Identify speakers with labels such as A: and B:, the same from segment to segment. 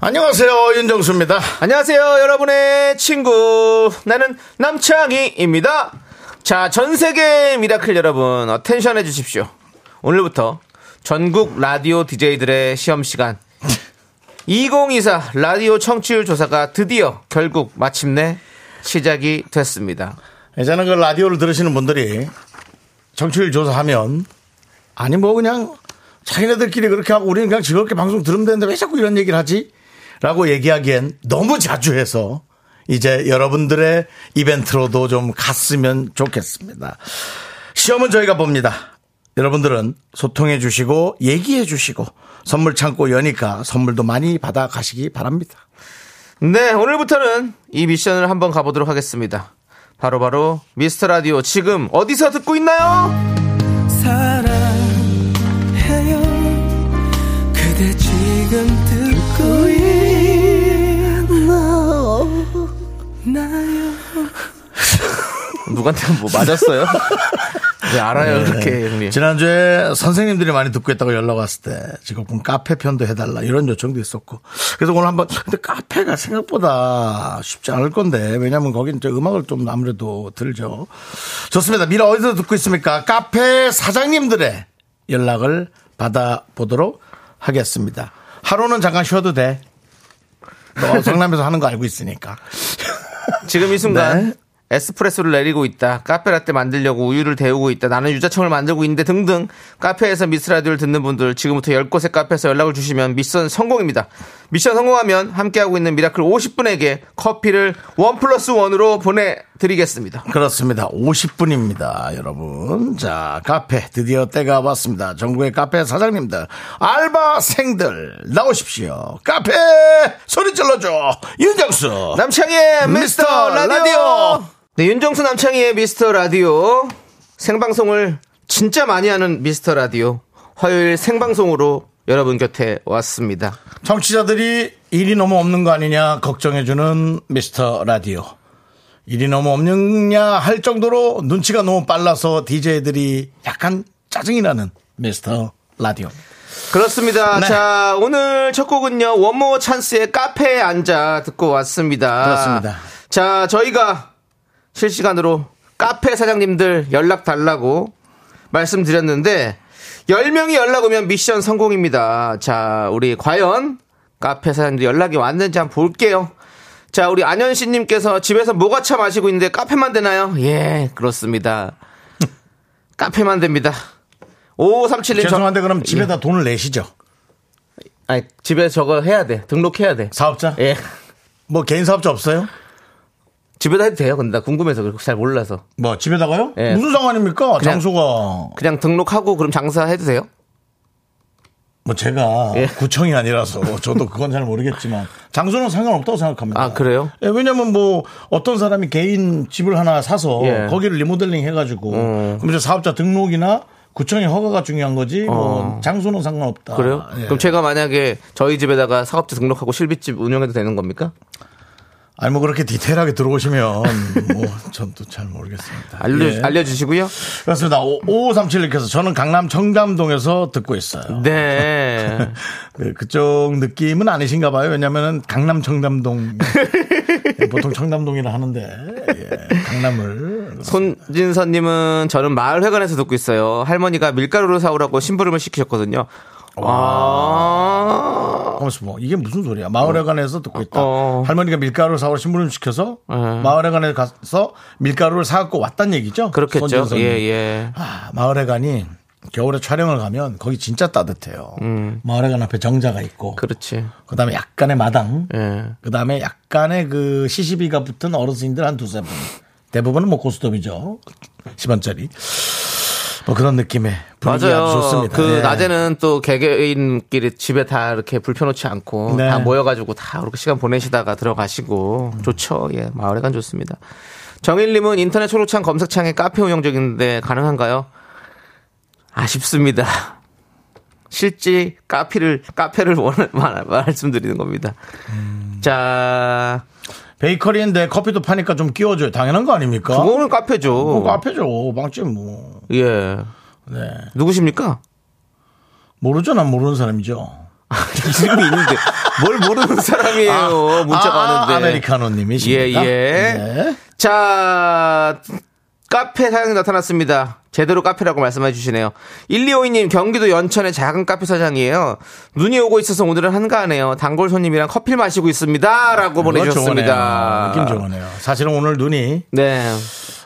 A: 안녕하세요 윤정수입니다.
B: 안녕하세요, 여러분의 친구. 나는 남창희입니다. 자, 전 세계 미라클 여러분, 어텐션 해주십시오. 오늘부터 전국 라디오 DJ들의 시험 시간. 2024 라디오 청취율 조사가 드디어 결국 마침내 시작이 됐습니다.
A: 예전에 그 라디오를 들으시는 분들이 정치율 조사하면 아니 뭐 그냥 자기네들끼리 그렇게 하고 우리는 그냥 즐겁게 방송 들으면 되는데 왜 자꾸 이런 얘기를 하지? 라고 얘기하기엔 너무 자주 해서 이제 여러분들의 이벤트로도 좀 갔으면 좋겠습니다. 시험은 저희가 봅니다. 여러분들은 소통해 주시고 얘기해 주시고 선물 창고 여니까 선물도 많이 받아 가시기 바랍니다.
B: 네, 오늘부터는 이 미션을 한번 가보도록 하겠습니다. 바로바로 미스터 라디오 지금 어디서 듣고 있나요?
C: 사랑해요 그대 지금 듣고 있나요
B: 누구한테 뭐 맞았어요? 네, 알아요, 그렇게, 형님.
A: 지난주에 선생님들이 많이 듣고 있다고 연락 왔을 때 직업군 카페 편도 해달라 이런 요청도 있었고 그래서 오늘 한번 근데 카페가 생각보다 쉽지 않을 건데 왜냐면 거긴 저 음악을 좀 아무래도 들죠 좋습니다 미라 어디서 듣고 있습니까 카페 사장님들의 연락을 받아보도록 하겠습니다 하루는 잠깐 쉬어도 돼 너 성남에서 하는 거 알고 있으니까
B: 지금 이 순간 에스프레소를 내리고 있다. 카페라떼 만들려고 우유를 데우고 있다. 나는 유자청을 만들고 있는데 등등. 카페에서 미스라디오를 듣는 분들 지금부터 10곳의 카페에서 연락을 주시면 미션 성공입니다. 미션 성공하면 함께하고 있는 미라클 50분에게 커피를 원 플러스 원으로 보내드리겠습니다.
A: 그렇습니다. 50분입니다, 여러분. 자, 카페 드디어 때가 왔습니다. 전국의 카페 사장님들, 알바생들 나오십시오. 카페 소리 질러줘. 윤정수.
B: 남창희의
A: 미스터
B: 미스터
A: 라디오.
B: 라디오. 네, 윤정수 남창희의 미스터 라디오. 생방송을 진짜 많이 하는 미스터 라디오. 화요일 생방송으로 여러분 곁에 왔습니다.
A: 청취자들이 일이 너무 없는 거 아니냐 걱정해주는 미스터 라디오. 일이 너무 없느냐 할 정도로 눈치가 너무 빨라서 DJ들이 약간 짜증이 나는 미스터 라디오.
B: 그렇습니다.
A: 네.
B: 자, 오늘 첫 곡은요. 원모 찬스의 카페에 앉아 듣고 왔습니다.
A: 그렇습니다.
B: 자, 저희가 실시간으로 카페 사장님들 연락 달라고 말씀드렸는데 10명이 연락 오면 미션 성공입니다. 자, 우리 과연 카페 사장님들 연락이 왔는지 한번 볼게요. 자, 우리 안현씨 님께서 집에서 모가차 마시고 있는데 카페만 되나요? 예, 그렇습니다. 카페만 됩니다. 5537님
A: 죄송한데 그럼 집에다 돈을 내시죠.
B: 아니 집에 저거 해야 돼 등록해야 돼.
A: 사업자?
B: 예
A: 뭐 개인 사업자 없어요?
B: 집에다 해도 돼요. 근데 나 궁금해서 그렇게 잘 몰라서
A: 뭐 집에다가요?
B: 예.
A: 무슨 상관입니까?
B: 그냥-
A: 장소가
B: 그냥 등록하고 그럼 장사 해도 돼요?
A: 뭐 제가
B: 예.
A: 구청이 아니라서 저도 그건 잘 모르겠지만 장소는 상관없다고 생각합니다.
B: 아, 그래요?
A: 예, 왜냐면 뭐 어떤 사람이 개인 집을 하나 사서
B: 예. 음.
A: 거기를 리모델링 해가지고 그럼 이제 사업자 등록이나 구청의 허가가 중요한 거지 뭐 장소는
B: 어.
A: 상관없다.
B: 아, 그래요?
A: 예.
B: 그럼 제가 만약에 저희 집에다가 사업자 등록하고 실비집 운영해도 되는 겁니까?
A: 아니 뭐 그렇게 디테일하게 들어오시면 뭐 전도 잘 모르겠습니다.
B: 알려
A: 예.
B: 알려주시고요.
A: 그렇습니다. 5537님께서 저는 강남 청담동에서 듣고 있어요.
B: 네.
A: 네, 그쪽 느낌은 아니신가 봐요. 왜냐면은 강남 청담동. 예, 보통 청담동이라 하는데, 예, 강남을.
B: 손진선님은 저는 마을회관에서 듣고 있어요. 할머니가 밀가루를 사오라고 심부름을 시키셨거든요. 아.
A: 하면서 뭐, 이게 무슨 소리야. 마을회관에서 듣고 있다.
B: 어.
A: 할머니가 밀가루를 사오라 신부름 시켜서 마을회관에 가서 밀가루를 사갖고 왔단 얘기죠.
B: 그렇겠죠.
A: 손진선님.
B: 예, 예.
A: 아, 마을회관이 겨울에 촬영을 가면 거기 진짜 따뜻해요. 마을회관 앞에 정자가 있고, 그
B: 음. 그렇지.
A: 다음에 약간의 마당,
B: 예.
A: 그 다음에 약간의 그 시시비가 붙은 어르신들 한 두세 분. 대부분은 뭐 고스톱이죠. 10원짜리. 뭐 그런 느낌의 분위기 아주 좋습니다.
B: 그
A: 예.
B: 낮에는 또 개개인끼리 집에 다 이렇게 불펴놓지 않고
A: 네.
B: 다 모여가지고 다 그렇게 시간 보내시다가 들어가시고 좋죠. 예, 마을회관 좋습니다. 정일님은 인터넷 초록창 검색창에 카페 운영 중인데 가능한가요? 아쉽습니다. 실제 카페를 카페를 원할 말- 말씀드리는 겁니다.
A: 음.
B: 자,
A: 베이커리인데 커피도 파니까 좀 끼워줘요. 당연한 거 아닙니까?
B: 그거는 카페죠.
A: 뭐 카페죠. 빵집 뭐
B: 예.
A: 네.
B: 누구십니까?
A: 모르죠. 난 모르는 사람이죠.
B: 이름이 있는데 뭘 모르는 사람이에요. 문자가
A: 아,
B: 왔는데. 예,
A: 아메리카노님이십니까?
B: 예.
A: 네.
B: 자, 카페 사장이 나타났습니다. 제대로 카페라고 말씀해 주시네요. 1252님, 경기도 연천의 작은 카페 사장이에요. 눈이 오고 있어서 오늘은 한가하네요. 단골 손님이랑 커피 마시고 있습니다. 라고 보내주셨습니다.
A: 느낌 좋으네요. 사실은 오늘 눈이
B: 네.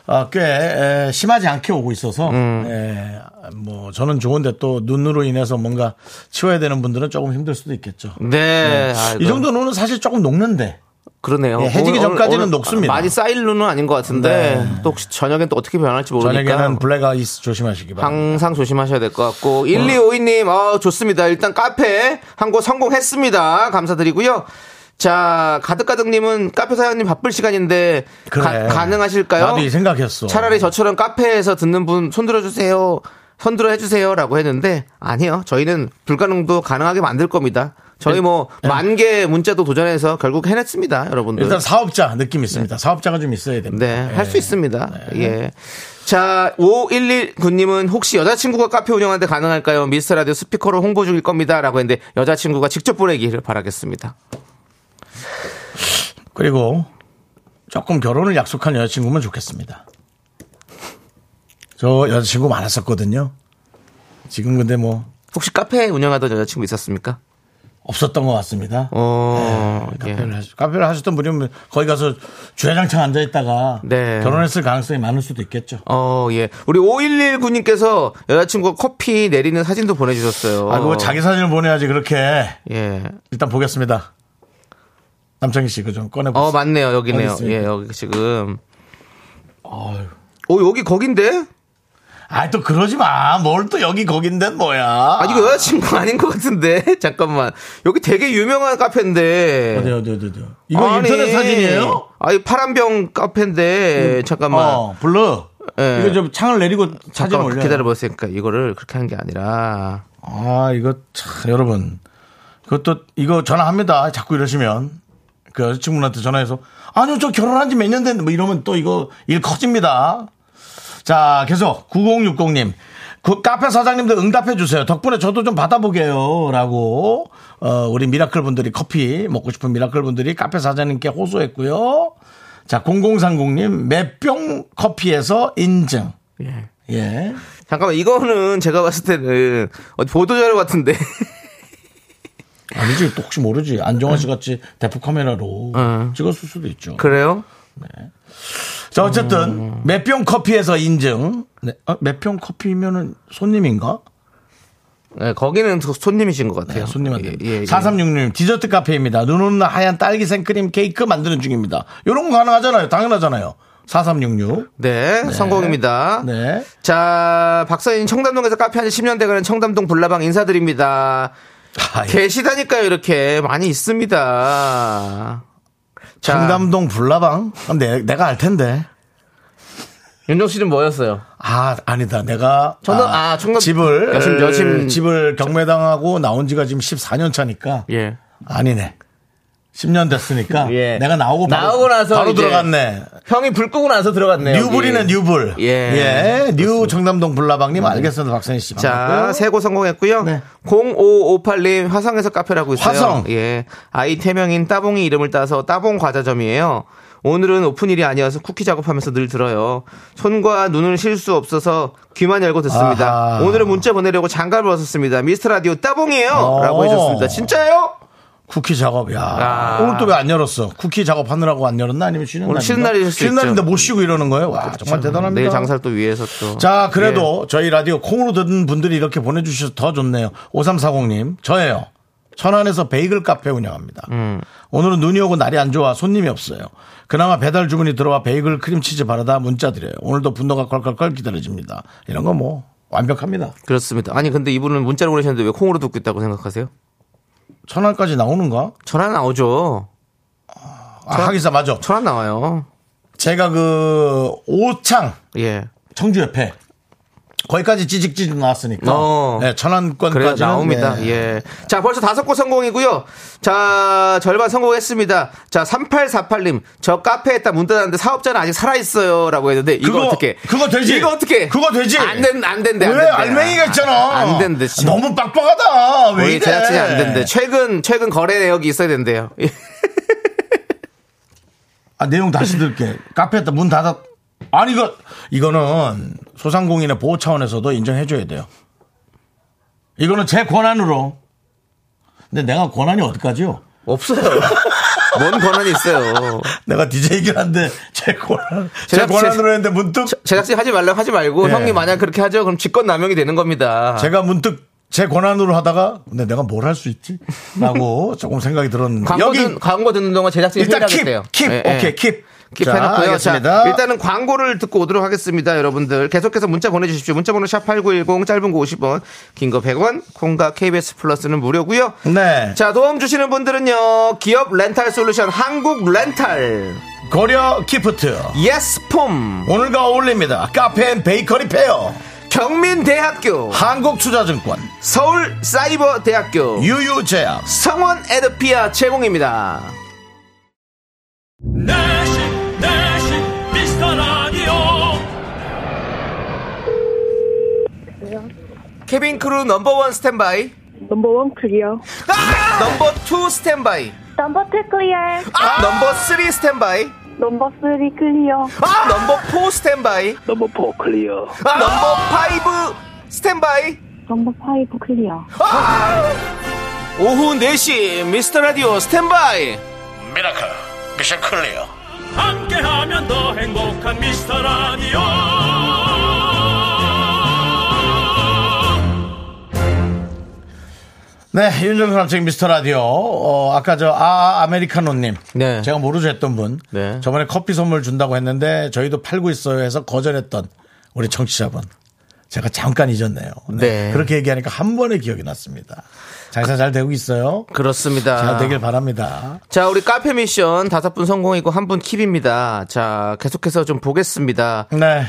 A: 아, 꽤 에, 심하지 않게 오고 있어서
B: 음.
A: 에, 뭐 저는 좋은데 또 눈으로 인해서 뭔가 치워야 되는 분들은 조금 힘들 수도 있겠죠.
B: 네. 아이고.
A: 이 정도 눈은 사실 조금 녹는데
B: 그러네요.
A: 예, 해지기
B: 오늘,
A: 전까지는
B: 오늘
A: 녹습니다. 네.
B: 많이 쌓일 눈은 아닌 것 같은데 또 혹시 저녁엔 또 어떻게 변할지 모르니까
A: 저녁에는 블랙 아이스 조심하시기 바랍니다.
B: 항상 조심하셔야 될 것 같고 1252님 어, 좋습니다 일단 카페 한 곳 성공했습니다 감사드리고요 자 가득가득님은 카페 사장님 바쁠 시간인데
A: 그래.
B: 가, 능하실까요
A: 나도 이 생각했어.
B: 차라리 저처럼 카페에서 듣는 분 손들어 주세요 손들어 해주세요 라고 했는데 아니요 저희는 불가능도 가능하게 만들 겁니다
A: 네.
B: 저희 뭐 만 개 문자도 도전해서 결국 해냈습니다 여러분들
A: 일단 사업자 느낌 있습니다. 사업자가 좀 있어야 됩니다.
B: 네,
A: 예.
B: 할 수 있습니다. 예. 자, 5119님은 혹시 여자친구가 카페 운영하는데 가능할까요? 미스터 라디오 스피커로 홍보 중일 겁니다. 라고 했는데 여자친구가 직접 보내기를 바라겠습니다.
A: 그리고 조금 결혼을 약속한 여자친구면 좋겠습니다. 저 여자친구 많았었거든요. 지금 근데 뭐
B: 혹시 카페 운영하던 여자친구 있었습니까?
A: 없었던 것 같습니다.
B: 어,
A: 네, 카페를, 하셨, 카페를 하셨던 분이면 뭐 거기 가서 주차장창 앉아있다가
B: 네.
A: 결혼했을 가능성이 많을 수도 있겠죠.
B: 어, 예. 우리 5119님께서 여자친구가 커피 내리는 사진도 보내주셨어요.
A: 아이고 자기 사진을 보내야지 그렇게
B: 예.
A: 일단 보겠습니다. 남창희 씨 그 좀 꺼내보세요.
B: 어, 맞네요. 여기네요.
A: 알겠습니다.
B: 예, 여기 지금. 어, 여기 거긴데?
A: 아이 또 그러지 마. 뭘 또 여기 거긴데 뭐야.
B: 아, 이거 여자친구 아닌 것 같은데? 잠깐만. 여기 되게 유명한 카페인데.
A: 어디 어디 어디 어디. 이거 인터넷 사진이에요?
B: 아니, 파란병 카페인데. 잠깐만.
A: 어 블루.
B: 예.
A: 이거 좀 창을 내리고 사진
B: 잠깐만
A: 올려.
B: 기다려보세요. 그러니까 이거를 그렇게 한 게 아니라.
A: 아 이거 참 여러분 그것도 이거 전화합니다 자꾸 이러시면 그 여자친구한테 전화해서 아니요 저 결혼한 지 몇 년 됐는데 뭐 이러면 또 이거 일 커집니다 자 계속 9060님 그 카페 사장님들 응답해 주세요 덕분에 저도 좀 받아보게요 라고 어, 우리 미라클 분들이 커피 먹고 싶은 미라클 분들이 카페 사장님께 호소했고요 자 0030님 맷병 커피에서 인증
B: 예.
A: 예
B: 잠깐만, 이거는 제가 봤을 때는 어디 보도자료 같은데.
A: 아니지 또 혹시 모르지 안정환 씨 같이 대포 카메라로
B: 응.
A: 찍었을 수도 있죠.
B: 네. 그래요?
A: 자 어쨌든 몇 병 커피에서 인증. 네. 아, 몇병 커피면은 손님인가? 네,
B: 네, 거기는 소- 손님이신 것 같아요.
A: 손님한테.
B: 예, 예, 예.
A: 4366님 디저트 카페입니다. 눈 오는 날 하얀 딸기 생크림 케이크 만드는 중입니다. 이런 거 가능하잖아요. 당연하잖아요. 4366.
B: 네, 성공입니다.
A: 네.
B: 자, 박사님 청담동에서 카페 한 10년 돼가는 청담동 불나방 인사드립니다.
A: 아, 예.
B: 계시다니까요, 이렇게. 많이 있습니다. 자,
A: 청담동 불나방? 아, 내, 내가 알 텐데.
B: 윤종 씨는 뭐였어요?
A: 아 아니다 내가
B: 청담- 아, 청담-
A: 집을
B: 여심- 여심-
A: 집을 경매당하고 나온 지가 지금 14년 차니까
B: 예.
A: 아니네. 10년 됐으니까
B: 예.
A: 내가 나오고 바로,
B: 나오고 나서
A: 바로
B: 이제
A: 들어갔네.
B: 형이 불 끄고 나서 들어갔네요.
A: 뉴불이네
B: 여기.
A: 뉴불.
B: 예. 음.
A: 뉴 정남동 불나방님 알겠습니다 박선희 씨.
B: 자,
A: 반갑고요.
B: 세고 성공했고요.
A: 네.
B: 0558님 화성에서 카페라고 있어요.
A: 화성.
B: 예. 아이 태명인 따봉이 이름을 따서 따봉 과자점이에요. 오늘은 오픈일이 아니어서 쿠키 작업하면서 늘 들어요. 손과 눈을 쉴 수 없어서 귀만 열고 듣습니다.
A: 아하.
B: 오늘은 문자 보내려고 장갑을 벗었습니다. 미스터 라디오 따봉이에요.
A: 어.
B: 라고 해줬습니다. 진짜요?
A: 쿠키 작업. 야
B: 아.
A: 오늘 또 왜 안 열었어? 쿠키 작업 하느라고 안 열었나 아니면 쉬는
B: 오늘
A: 날?
B: 쉬는 날이실 수
A: 쉬는
B: 있죠.
A: 날인데 못 쉬고 이러는 거예요. 와 정말 대단합니다.
B: 내일 장사를 또 위해서 또.
A: 자,
B: 예.
A: 그래도 저희 라디오 콩으로 듣는 분들이 이렇게 보내주셔서 더 좋네요. 5340님, 저예요. 천안에서 베이글 카페 운영합니다.
B: 음.
A: 오늘은 눈이 오고 날이 안 좋아 손님이 없어요. 그나마 배달 주문이 들어와 베이글 크림치즈 바르다 문자 드려요. 오늘도 분노가 컬컬컬 기다려집니다. 이런 거 뭐 완벽합니다.
B: 그렇습니다. 아니 근데 이분은 문자로 보내셨는데 왜 콩으로 듣고 있다고 생각하세요?
A: 천안까지 나오는가?
B: 전화 나오죠.
A: 아, 하기사 맞아.
B: 전화 나와요.
A: 제가 그 오창
B: 예.
A: 청주 옆에 거기까지 찌직찌직 나왔으니까
B: 어.
A: 네,
B: 그래요
A: 천안권까지
B: 나옵니다.
A: 네.
B: 예. 자 벌써 다섯 곳 성공이고요. 자 절반 성공했습니다. 자 3848님 저 카페에다 문 닫았는데 사업자는 아직 살아 있어요라고 했는데 이거
A: 그거,
B: 어떻게?
A: 그거 되지?
B: 이거 어떻게?
A: 그거 되지?
B: 안된안 된대. 안
A: 왜
B: 된대.
A: 알맹이가
B: 아,
A: 있잖아.
B: 안 된대. 진짜.
A: 너무 빡빡하다. 왜
B: 우리
A: 이래?
B: 제작진이 안 된대. 최근 최근 거래 내역이 있어야 된대요. 예.
A: 아, 내용 다시 들게. 카페에다 문 닫았. 아니 이거 이거는 소상공인의 보호 차원에서도 인정해줘야 돼요. 이거는 제 권한으로. 근데 내가 권한이 어디까지요?
B: 없어요. 뭔 권한이 있어요.
A: 내가 DJ이긴 한데 제 권한 제
B: 제작-
A: 권한으로 했는데 문득
B: 제작진 하지 말라고 하지 말고
A: 예.
B: 형님 만약 그렇게 하죠 그럼 직권 남용이 되는 겁니다.
A: 제가 문득 제 권한으로 하다가 근데 내가 뭘 할 수 있지? 라고 조금 생각이 들었는데
B: 광고, 듣, 광고 듣는 동안 제작진이
A: 일단 킵,
B: 회의하겠대요.
A: 킵,
B: 예, 예.
A: 오케이 킵.
B: 킵
A: 자,
B: 해놓고요. 자,
A: 알겠습니다.
B: 일단은 광고를 듣고 오도록 하겠습니다, 여러분들. 계속해서 문자 보내주십시오. 문자번호 샵 #8910 짧은 거 50원, 긴 거 100원, 콩과 KBS 플러스는 무료고요.
A: 네.
B: 자 도움 주시는 분들은요, 기업 렌탈 솔루션 한국 렌탈,
A: 고려 기프트.
B: 예스폼,
A: 오늘과 어울립니다. 카페 앤 베이커리 페어.
B: 경민대학교,
A: 한국투자증권.
B: 서울사이버대학교,
A: 유유제약.
B: 성원 에드피아 제공입니다.
D: 내시 내시 미스터 라디오
B: 케빈 크루 넘버원 스탠바이,
E: 넘버원 클리어.
F: 아!
B: 넘버 투 스탠바이,
E: 넘버 투 클리어.
F: 아!
B: 넘버 쓰리 스탠바이,
E: 넘버 쓰리 클리어.
B: 넘버 포 스탠바이,
F: 아!
B: 아!
F: 넘버 포 클리어.
B: 넘버 파이브 스탠바이
E: 넘버 파이브 클리어.
F: 아!
B: 오후 4시 미스터 라디오 스탠바이
A: 미라클. 미션 클리어.
D: 함께하면 더 행복한 미스터 라디오
A: 네, 윤정수 남친 미스터 라디오. 어, 아까 저, 아, 아, 아메리카노님.
B: 네.
A: 제가 모르죠 했던 분.
B: 네.
A: 저번에 커피 선물 준다고 했는데 저희도 팔고 있어요 해서 거절했던 우리 청취자분. 제가 잠깐 잊었네요.
B: 네.
A: 그렇게 얘기하니까 한 번의 기억이 났습니다. 장사 잘 되고 있어요. 잘
B: 그렇습니다
A: 되길 바랍니다.
B: 자 우리 카페 미션 다섯 분 성공이고 한 분 킵입니다 자 계속해서 좀 보겠습니다
A: 네.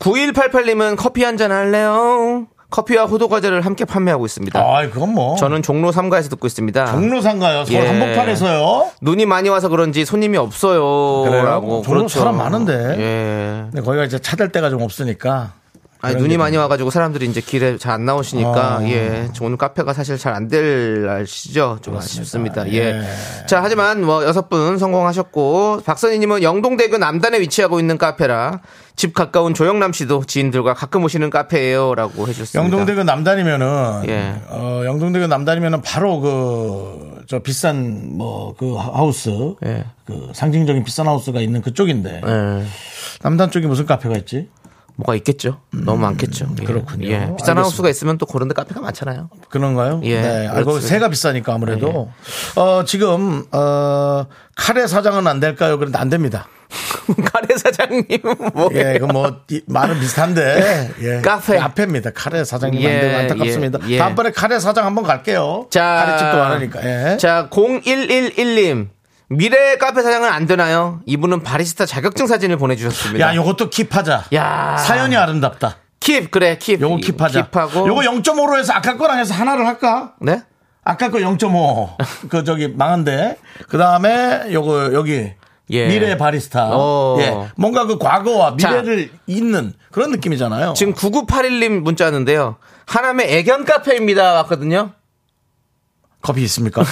B: 9188님은 커피 한 잔 할래요 커피와 호두과자를 함께 판매하고 있습니다
A: 아, 그건 뭐.
B: 저는 종로 3가에서 듣고 있습니다
A: 종로상가요. 서울
B: 예.
A: 한복판에서요.
B: 눈이 많이 와서 그런지 손님이 없어요
A: 그래요?
B: 라고 그렇죠.
A: 종로 사람 많은데.
B: 예.
A: 근데 거기가 이제 차댈 데가 좀 없으니까.
B: 아니
A: 그런
B: 눈이
A: 게
B: 많이 와가지고 사람들이 이제 길에 잘 안 나오시니까
A: 아.
B: 예, 저 오늘 카페가 사실 잘 안 될 날씨죠. 좀 아쉽습니다. 예.
A: 예.
B: 자 하지만 뭐 여섯 분 성공하셨고 박선희님은 영동대교 남단에 위치하고 있는 카페라 집 가까운 조영남 씨도 지인들과 가끔 오시는 카페예요라고 해주셨습니다.
A: 영동대교 남단이면은
B: 예.
A: 어, 영동대교 남단이면은 바로 그 저 비싼 뭐 그 하우스
B: 예.
A: 그 상징적인 비싼 하우스가 있는 그쪽인데
B: 예,
A: 남단 쪽에 무슨 카페가 있지?
B: 뭐가 있겠죠. 너무 많겠죠. 예.
A: 음, 그렇군요.
B: 예. 비싼
A: 알겠습니다.
B: 하우스가 있으면 또 그런데 카페가 많잖아요.
A: 그런가요?
B: 예,
A: 네. 알고
B: 그렇습니다. 예.
A: 새가 비싸니까 아무래도 어 지금 어 카레 사장은 안 될까요? 그런데 안 됩니다.
B: 가래 사장님 뭐
A: 예, 그뭐 말은 비슷한데 예.
B: 카페.
A: 앞에입니다. 카레 사장님
B: 예,
A: 안 되고 안타깝습니다.
B: 예, 예.
A: 다음번에 카레 사장 한번 갈게요. 카레집도 많으니까. 예.
B: 자, 0111님. 미래 카페 사장은 안 되나요? 이분은 바리스타 자격증 사진을 보내주셨습니다.
A: 야, 요것도 킵하자.
B: 야.
A: 사연이 아름답다.
B: 킵, 그래, 킵.
A: 요거 킵하자.
B: 킵하고.
A: 요거 0.5로 해서 아까 거랑 해서 하나를 할까?
B: 네?
A: 아까 거 0.5. 그 저기 망한데. 그다음에 요거 여기
B: 예.
A: 미래 바리스타.
B: 어.
A: 예. 뭔가 그 과거와
B: 자.
A: 미래를 잇는 그런 느낌이잖아요.
B: 지금 9981님 문자 왔는데요. 하남의 애견 카페입니다. 왔거든요.
A: 커피 있습니까?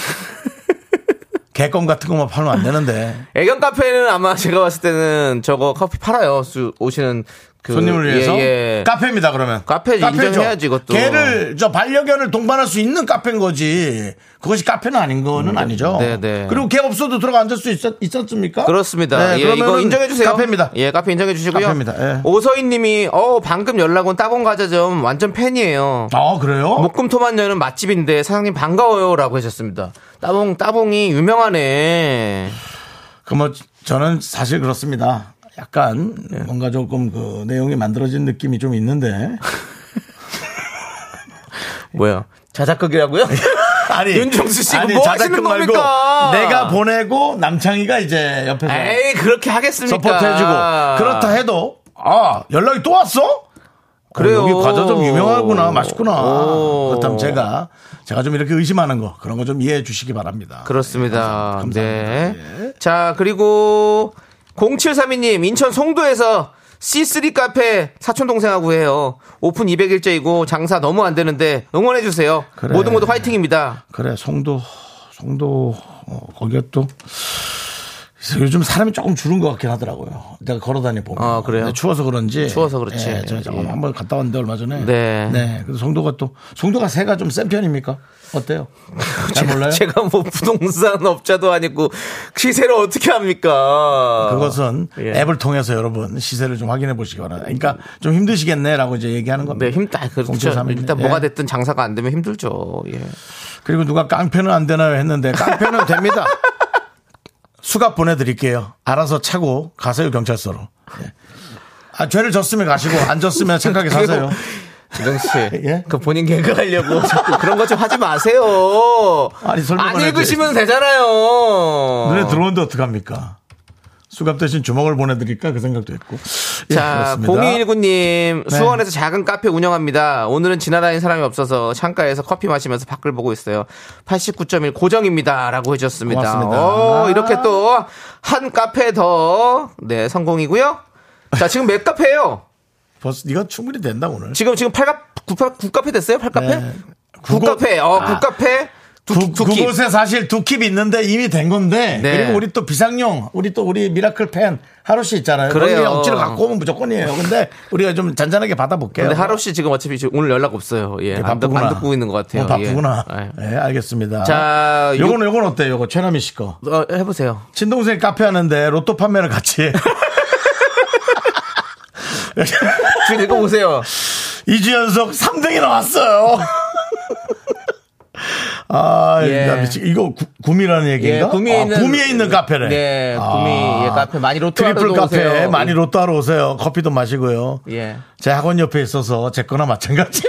A: 개껌 같은 것만 팔면 안 되는데.
B: 애견 카페는 아마 제가 봤을 때는 저거 커피 팔아요. 수- 오시는 그.
A: 손님을
B: 예,
A: 위해서
B: 예.
A: 카페입니다 그러면
B: 카페 인정해야지, 이것도.
A: 개를 저 반려견을 동반할 수 있는 카페인 거지 그것이 카페는 아닌 거는 아니죠
B: 네, 네.
A: 그리고 개 없어도 들어가 앉을 수 있었, 있었습니까
B: 그렇습니다.
A: 네,
B: 예, 이거
A: 그러면은
B: 인정해 주세요.
A: 카페입니다
B: 예, 카페 인정해 주시고요.
A: 카페입니다. 예.
B: 오서희 님이 어, 방금 연락 온 따봉 과자점 완전 팬이에요.
A: 아 그래요
B: 목금토만 여는 맛집인데 사장님 반가워요라고 하셨습니다. 따봉 따봉이 유명하네.
A: 그럼 뭐 저는 사실 네, 그렇습니다 약간 뭔가 조금 그 내용이 만들어진 느낌이 좀 있는데
B: 뭐야?
A: 자작극이라고요? 아니
B: 윤종수 씨가 뭐 하시는 겁니까?
A: 내가 보내고 남창희가 이제 옆에서
B: 에이 그렇게 하겠습니까?
A: 서포트 해주고 그렇다 해도 아 연락이 또 왔어?
B: 그래요.
A: 어, 여기 과자 좀 유명하구나 맛있구나
B: 오.
A: 그렇다면 제가 제가 좀 이렇게 의심하는 거 그런 거 좀 이해해 주시기 바랍니다
B: 그렇습니다.
A: 감사합니다.
B: 네.
A: 예.
B: 자, 그리고 0732님, 인천 송도에서 C3 카페 사촌 동생하고 해요. 오픈 200일째이고 장사 너무 안 되는데 응원해 주세요.
A: 그래.
B: 모두 모두 화이팅입니다.
A: 그래 송도 송도 어, 거기가 또 그래서 요즘 사람이 조금 줄은 것 같긴 하더라고요. 내가 걸어다니 보면.
B: 아, 그래요?
A: 근데 추워서 그런지.
B: 추워서 그렇지.
A: 예, 저, 저
B: 예.
A: 한번 갔다 왔는데 얼마 전에.
B: 네.
A: 그래서 송도가 또 송도가 새가 좀 센 편입니까? 어때요? 잘 몰라요?
B: 제가 뭐 부동산 업자도 아니고 시세를 어떻게 합니까?
A: 그것은
B: 예. 음.
A: 앱을 통해서 여러분 시세를 좀 확인해 보시기 바랍니다. 그러니까 좀 힘드시겠네라고 이제 얘기하는 겁니다.
B: 네, 힘다 그렇죠.
A: 공조삼일.
B: 일단
A: 예.
B: 뭐가 됐든 장사가 안 되면 힘들죠. 예.
A: 그리고 누가 깡패는 안 되나요 했는데 깡패는 됩니다. 수갑 보내드릴게요. 알아서 차고 가세요 경찰서로. 예. 아 죄를 졌으면 가시고 안 졌으면 착하게 사세요.
B: 지경 씨,
A: 예?
B: 그 본인 개그 하려고 자꾸 그런 거 좀 하지 마세요.
A: 아니, 설명을
B: 안
A: 해야지.
B: 읽으시면 되잖아요.
A: 눈에 들어오는데 어떡합니까? 수갑 대신 주먹을 보내드릴까 그 생각도 했고. 예,
B: 자,
A: 그렇습니다. 네.
B: 0219님, 수원에서 작은 카페 운영합니다. 오늘은 지나다니는 사람이 없어서 창가에서 커피 마시면서 밖을 보고 있어요. 89.1 고정입니다. 라고 해주셨습니다.
A: 고맙습니다.
B: 오, 이렇게 또 한 카페 더, 네, 성공이고요. 자, 지금 몇 카페예요?
A: 벌써 이거 충분히 된다 오늘.
B: 지금, 지금 8카, 9카, 9카페 됐어요? 8카페?
A: 네.
B: 구
A: 구곳-
B: 9카페, 어,
A: 아.
B: 9카페. 두,
A: 두,
B: 두, 킵.
A: 그곳에 사실 두 킵 있는데 이미 된 건데
B: 네.
A: 그리고 우리 또 비상용 우리 또 우리 미라클 팬 하루 씨 있잖아요.
B: 그래요.
A: 거기 억지로 갖고 오면 무조건이에요. 근데 우리가 좀 잔잔하게 받아볼게요.
B: 근데 하루 씨 지금 어차피 지금 오늘 연락 없어요. 예. 안, 듣-
A: 바쁘구나.
B: 안 듣고 있는 것 같아요.
A: 어, 바쁘구나.
B: 예.
A: 예, 알겠습니다.
B: 자, 요-
A: 요건 요건 어때요? 요거 최남희 씨 거.
B: 어, 해보세요.
A: 친동생 카페 하는데 로또 판매를 같이 해.
B: 지금 읽어보세요.
A: 2주 연속 3등이 나왔어요. 아,
B: 예.
A: 나 미치- 이거 구, 구미라는 얘기인가?
B: 예, 구미에
A: 아,
B: 있는-
A: 구미에 있는 카페래. 아,
B: 네, 구미, 예, 카페. 많이 로또 하러
A: 트리플 카페
B: 오세요.
A: 많이
B: 예.
A: 로또 하러 오세요. 커피도 마시고요.
B: 예.
A: 제 학원 옆에 있어서 제 거나 마찬가지.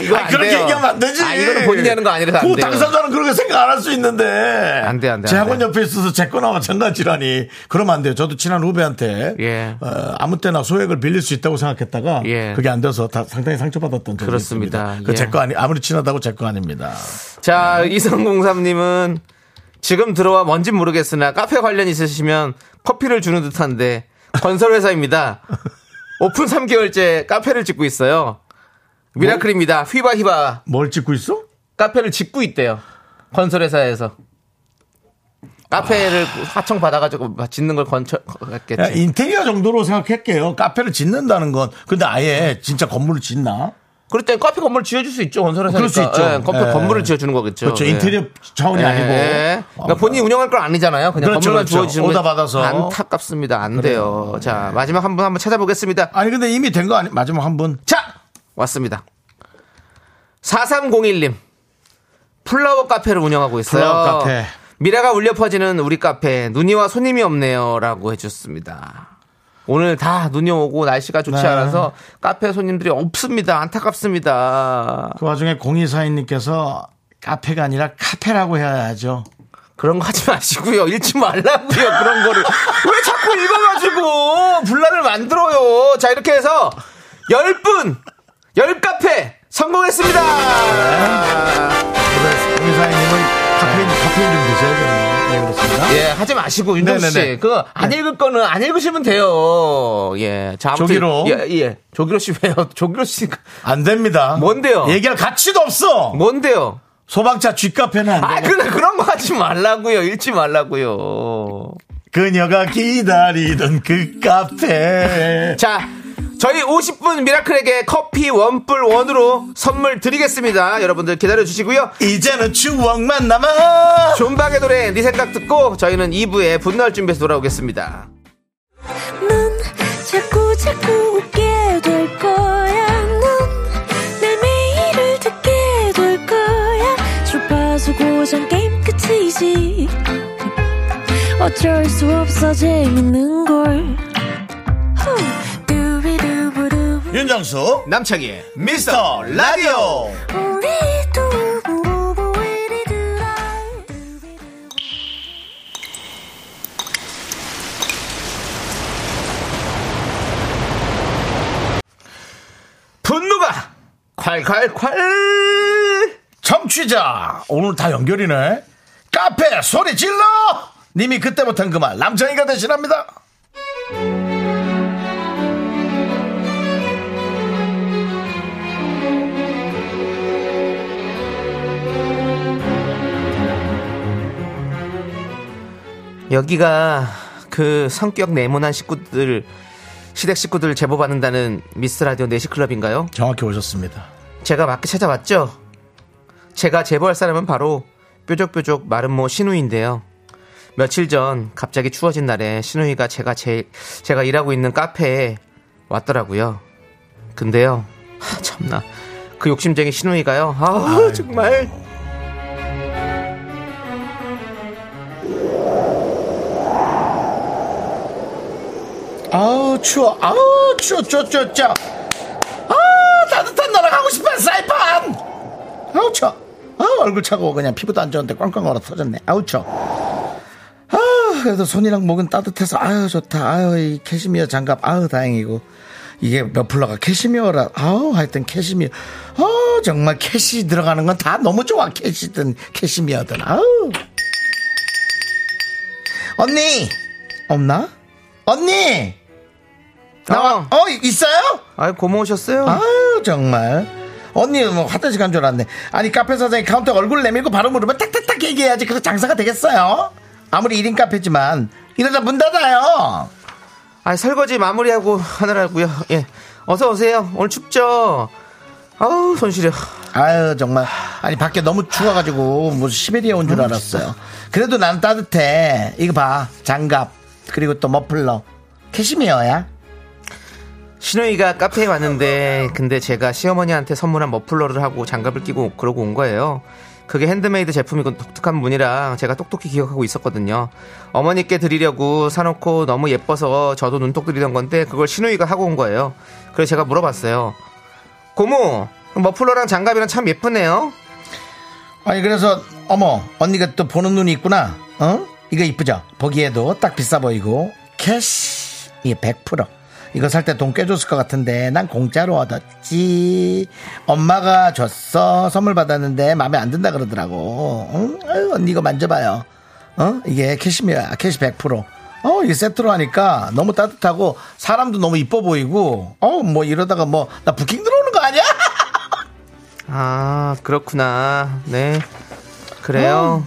B: 이거
A: 아니, 그렇게 얘기하면 안 되지.
B: 아, 이거는 본인이 하는 거 아니라서 안
A: 그
B: 돼요.
A: 당사자는 그렇게 생각 안 할 수 있는데. 안
B: 돼, 안 돼,
A: 제
B: 안
A: 학원
B: 돼.
A: 옆에 있어서 제 거나 마찬가지라니. 그러면 안 돼요. 저도 친한 후배한테.
B: 예.
A: 어, 아무 때나 소액을 빌릴 수 있다고 생각했다가.
B: 예.
A: 그게 안 돼서 다 상당히 상처받았던 적이
B: 그렇습니다.
A: 있습니다. 그
B: 예.
A: 제 거 아니, 아무리 친하다고 제 거 아닙니다.
B: 자, 이성공삼님은 지금 들어와 뭔진 모르겠으나 카페 관련 있으시면 커피를 주는 듯한데 건설회사입니다. 오픈 3개월째 카페를 짓고 있어요. 미라클입니다. 휘바휘바.
A: 뭘 찍고 있어?
B: 카페를 짓고 있대요. 건설회사에서. 카페를 하청 받아가지고 짓는 걸 건설,
A: 야,
B: 했겠지.
A: 인테리어 정도로 생각할게요. 카페를 짓는다는 건. 근데 아예 진짜 건물을 짓나?
B: 그럴 땐 카페 건물 지어줄 수 있죠 건설회사니까.
A: 그럴 수 있죠.
B: 예, 카페
A: 예.
B: 건물을 지어주는 거겠죠.
A: 그렇죠.
B: 예.
A: 인테리어 차원이
B: 예,
A: 아니고.
B: 예. 그러니까
A: 어,
B: 본인이 운영할 건 아니잖아요. 그냥
A: 그렇죠,
B: 건물만
A: 그렇죠.
B: 주어지는
A: 오다
B: 거-
A: 받아서. 네.
B: 안타깝습니다. 안 돼요. 자 마지막 한 분 한번 찾아보겠습니다.
A: 아니, 근데 이미 된 거 아니, 마지막 한 분.
B: 자 왔습니다. 4301님 플라워 카페를 운영하고 있어요.
A: 플라워 카페.
B: 미라가 울려 퍼지는 우리 카페 눈이와 손님이 없네요라고 해줬습니다. 오늘 다 눈이 오고 날씨가 좋지
A: 네.
B: 않아서 카페 손님들이 없습니다. 안타깝습니다.
A: 그 와중에 공이사인님께서 카페가 아니라 카페라고 해야죠.
B: 그런 거 하지 마시고요. 읽지 말라고요. 그런 거를 왜 자꾸 읽어가지고 분란을 만들어요. 자 이렇게 해서 열 분, 열 카페 성공했습니다.
A: 그래서 공이사인님은 카페인 카페인 좀 드셔야겠네요. 네 그렇습니다.
B: 네. 예, 하지 마시고 윤정
A: 네네네.
B: 씨, 그 안 읽을 거는 안 읽으시면 돼요. 예, 자 아무튼
A: 조기로.
B: 예, 예. 조기로 씨 왜요? 조기로 씨
A: 안 됩니다.
B: 뭔데요?
A: 얘기할 가치도 없어.
B: 뭔데요?
A: 소방차 쥐카페는
B: 아,
A: 안 돼.
B: 그 그런 거 하지 말라고요. 읽지 말라고요.
A: 그녀가 기다리던 그 카페.
B: 자, 저희 50분 미라클에게 커피 원뿔 원으로 선물 드리겠습니다. 여러분들 기다려 주시고요.
A: 이제는 추억만 남아.
B: 존박의 노래 네 생각 듣고 저희는 2부에 분노할 준비해서 돌아오겠습니다.
F: 넌 자꾸 자꾸 웃게 될 거야. 넌내 매일을 듣게 될 거야. 주파수 고정 게임 끝이지. 어쩔 수 없어 재밌는 걸. 후. 두비두부두.
A: 윤정수
B: 남창희의
A: 미스터 라디오
F: 우리 두부부부 우리들아 두비두부.
B: 분노가 콸콸콸
A: 정취자 오늘 다 연결이네 카페 소리 질러 님이 그때 못한 그 말 남창희가 대신합니다
B: 여기가 그 성격 네모난 식구들 시댁 식구들 제보 받는다는 미스 라디오 내시 클럽인가요?
A: 정확히 오셨습니다
B: 제가 맞게 찾아봤죠. 제가 제보할 사람은 바로 뾰족뾰족 마른 모 신우인데요. 며칠 전 갑자기 추워진 날에 신우이가 제가 제 제가 일하고 있는 카페에 왔더라고요. 근데요, 하, 참나 그 욕심쟁이 신우이가요. 아 정말
A: 아우 추워 아우 추워 추워 추워 추워 아 따뜻한 나라 가고 싶어 사이판 아우 추워 아우 얼굴 차고 그냥 피부도 안 좋은데 꽝꽝 얼어 터졌네 아우 추워 아 그래도 손이랑 목은 따뜻해서 아유 좋다 아유 이 캐시미어 장갑 아유 다행이고 이게 몇 풀러가 캐시미어라 아우 하여튼 캐시미어 아 정말 캐시 들어가는 건 다 너무 좋아 캐시든 캐시미어든 아우 언니 없나 언니 나와 어 있어요?
B: 아 고마우셨어요.
A: 아유 정말 언니 뭐 화장실 간 줄 알았네 아니 카페 사장이 카운터 얼굴 내밀고 바로 물으면 탁탁탁 얘기해야지 그래서 장사가 되겠어요 아무리 1인 카페지만 이러다 문 닫아요
B: 아 설거지 마무리하고 하느라고요. 예, 어서 오세요. 오늘 춥죠. 아우 손 시려.
A: 아유 정말 아니 밖에 너무 추워가지고 뭐 시베리아 온 줄 알았어요 그래도 난 따뜻해 이거 봐 장갑 그리고 또 머플러 캐시미어야
B: 신우이가 카페에 왔는데 근데 제가 시어머니한테 선물한 머플러를 하고 장갑을 끼고 그러고 온 거예요. 그게 핸드메이드 제품이고 독특한 무늬라 제가 똑똑히 기억하고 있었거든요. 어머니께 드리려고 사놓고 너무 예뻐서 저도 눈독 들이던 건데 그걸 신우이가 하고 온 거예요. 그래서 제가 물어봤어요. 고모, 머플러랑 장갑이랑 참 예쁘네요.
A: 아니 그래서 어머 언니가 또 보는 눈이 있구나 어 이거 이쁘죠 보기에도 딱 비싸 보이고 캐시 이게 100% 이거 살 때 돈 꽤 줬을 것 같은데 난 공짜로 얻었지 엄마가 줬어 선물 받았는데 마음에 안 든다 그러더라고 응? 아유, 언니 이거 만져봐요 어 이게 캐시미야 캐시 100% 어, 이 세트로 하니까 너무 따뜻하고 사람도 너무 이뻐 보이고 어, 뭐 이러다가 뭐 나 부킹 들어오는 거 아니야?
B: 아 그렇구나. 네, 그래요.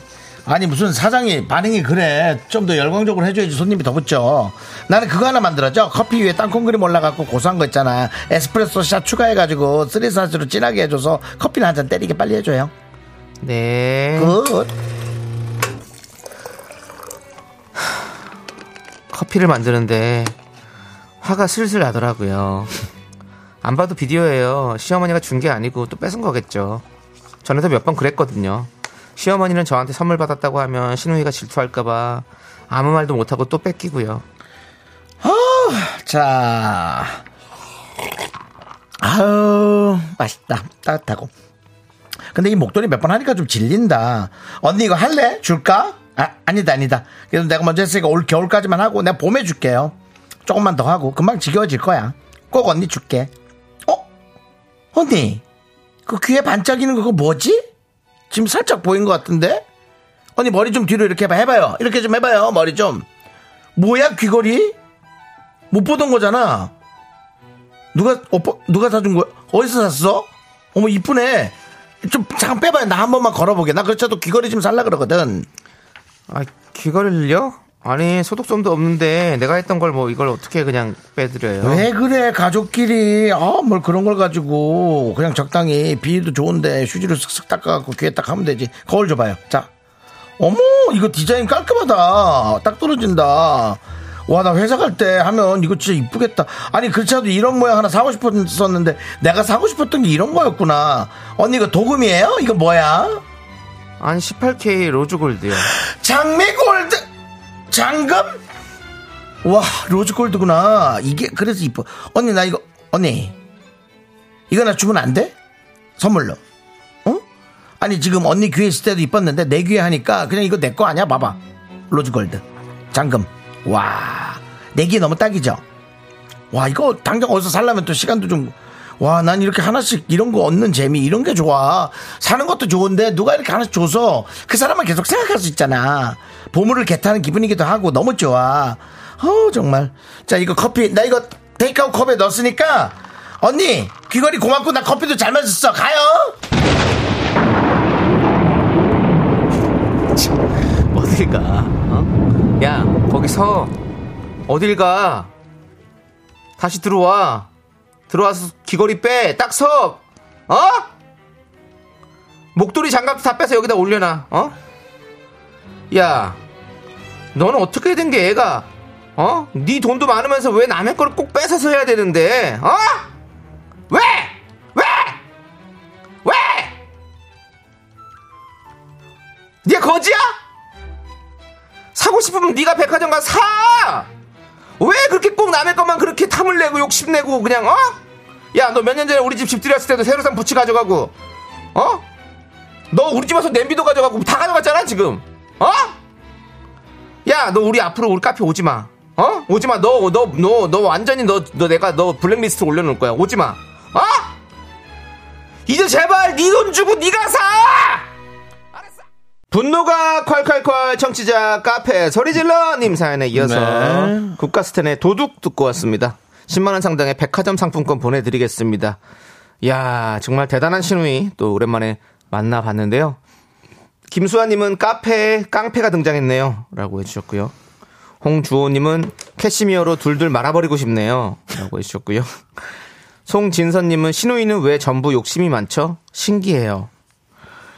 A: 아니 무슨 사장이 반응이 그래 좀 더 열광적으로 해줘야지 손님이 더 붙죠 나는 그거 하나 만들었죠 커피 위에 땅콩 그림 올라갖고 고소한 거 있잖아 에스프레소 샷 추가해가지고 쓰리 사스로 진하게 해줘서 커피는 한 잔 때리게 빨리 해줘요
B: 네.
A: 굿
B: 커피를 만드는데 화가 슬슬 나더라고요. 안 봐도 비디오예요. 시어머니가 준 게 아니고 또 뺏은 거겠죠. 전에도 몇 번 그랬거든요. 시어머니는 저한테 선물 받았다고 하면 신우이가 질투할까봐 아무 말도 못하고 또 뺏기고요.
A: 자 아유 맛있다 따뜻하고 근데 이 목도리 몇 번 하니까 좀 질린다 언니 이거 할래? 줄까? 아, 아니다 아니다 그래도 내가 먼저 했으니까 올 겨울까지만 하고 내가 봄에 줄게요 조금만 더 하고 금방 지겨워질 거야 꼭 언니 줄게 어? 언니 그 귀에 반짝이는 그거 뭐지? 지금 살짝 보인 것 같은데? 언니 머리 좀 뒤로 이렇게 해봐 해봐요 이렇게 좀 해봐요 머리 좀 뭐야 귀걸이? 못 보던 거잖아. 누가 오빠 누가 사준 거야? 어디서 샀어? 어머 이쁘네. 좀 잠깐 빼봐요. 나 한 번만 걸어보게. 나 그렇죠도 귀걸이 좀 살라 그러거든.
B: 아, 귀걸이를요? 아니, 소독점도 없는데 내가 했던 걸 뭐 이걸 어떻게 그냥 빼드려요?
A: 왜 그래 가족끼리 어, 아뭘 그런 걸 가지고 그냥 적당히 비위도 좋은데 휴지로 쓱쓱 닦아갖고 귀에 딱 하면 되지. 거울 줘봐요. 자, 어머 이거 디자인 깔끔하다. 딱 떨어진다. 와 나 회사 갈 때 하면 이거 진짜 이쁘겠다. 아니 그렇지않아도 이런 모양 하나 사고 싶었었는데 내가 사고 싶었던 게 이런 거였구나. 언니 이거 도금이에요? 이거 뭐야?
B: 아니, 18K 로즈골드요.
A: 장미골드 장금 와 로즈골드구나 이게 그래서 이뻐 언니 나 이거 언니 이거 나 주면 안 돼? 선물로. 어? 아니 지금 언니 귀에 있을 때도 이뻤는데 내 귀에 하니까 그냥 이거 내 거 아니야? 봐봐. 로즈골드. 잠금. 와. 내 귀에 너무 딱이죠? 와 이거 당장 어디서 살려면 또 시간도 좀. 와, 난 이렇게 하나씩 이런 거 얻는 재미, 이런 게 좋아. 사는 것도 좋은데, 누가 이렇게 하나씩 줘서 그 사람만 계속 생각할 수 있잖아. 보물을 개타는 기분이기도 하고, 너무 좋아. 어 정말. 자, 이거 커피, 나 이거 테이크아웃 컵에 넣었으니까, 언니, 귀걸이 고맙고, 나 커피도 잘 마셨어. 가요!
B: 어딜 가? 어? 야, 거기 서. 어딜 가? 다시 들어와. 들어와서 귀걸이 빼. 딱 서. 어? 목도리 장갑도 다 빼서 여기다 올려놔. 어? 야, 너는 어떻게 된 게 애가? 어? 네 돈도 많으면서 왜 남의 거를 꼭 뺏어서 해야 되는데? 어? 왜? 왜? 왜? 네가 거지야? 사고 싶으면 네가 백화점 가서 사! 왜 그렇게 꼭 남의 것만 그렇게 탐을 내고 욕심내고 그냥 어? 야 너 몇 년 전에 우리 집 집들이었을 때도 새로 산 부치 가져가고 어? 너 우리 집 와서 냄비도 가져가고 다 가져갔잖아 지금 어? 야 너 우리 앞으로 우리 카페 오지마 어? 오지마 너 너 너 너 완전히 너 너 내가 너 블랙리스트 올려놓을 거야 오지마 어? 이제 제발 네 돈 주고 네가 사! 분노가 콸콸콸 청취자 카페 소리질러님 사연에 이어서
A: 네.
B: 국가스텐의 도둑 듣고 왔습니다. 10만원 상당의 백화점 상품권 보내드리겠습니다. 야 정말 대단한 신우이 또 오랜만에 만나봤는데요. 김수아님은 카페에 깡패가 등장했네요. 라고 해주셨고요. 홍주호님은 캐시미어로 둘둘 말아버리고 싶네요. 라고 해주셨고요. 송진선님은 신우이는 왜 전부 욕심이 많죠? 신기해요.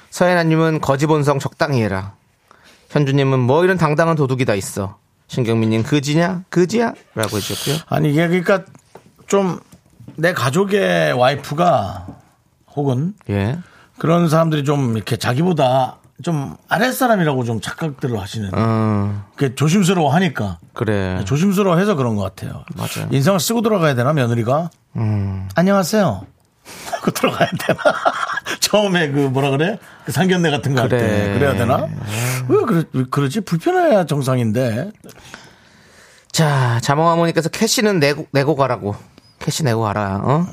B: 서예나님은 거지 본성 적당히 해라. 현주님은 뭐 이런 당당한 도둑이 다 있어. 신경민님 그지냐? 그지야? 라고 해주셨고요.
A: 아니, 이게 그러니까 좀 내 가족의 와이프가 혹은
B: 예.
A: 그런 사람들이 좀 이렇게 자기보다 좀 아랫사람이라고 좀 착각들을 하시는.
B: 음,
A: 그 조심스러워 하니까.
B: 그래.
A: 조심스러워 해서 그런 것 같아요.
B: 네. 맞아요. 음.
A: 인상을 쓰고 들어가야 되나, 며느리가? 안녕하세요. 하고 들어가야 되나? 처음에 그 뭐라 그래? 그 상견례 같은 거 할 때.
B: 그래. 음.
A: 그래야 되나? 왜 그러, 왜 그러지? 불편해야 정상인데.
B: 자, 자몽아모님께서 캐시는 내고, 내고 가라고. 캐시 내고 가라, 어?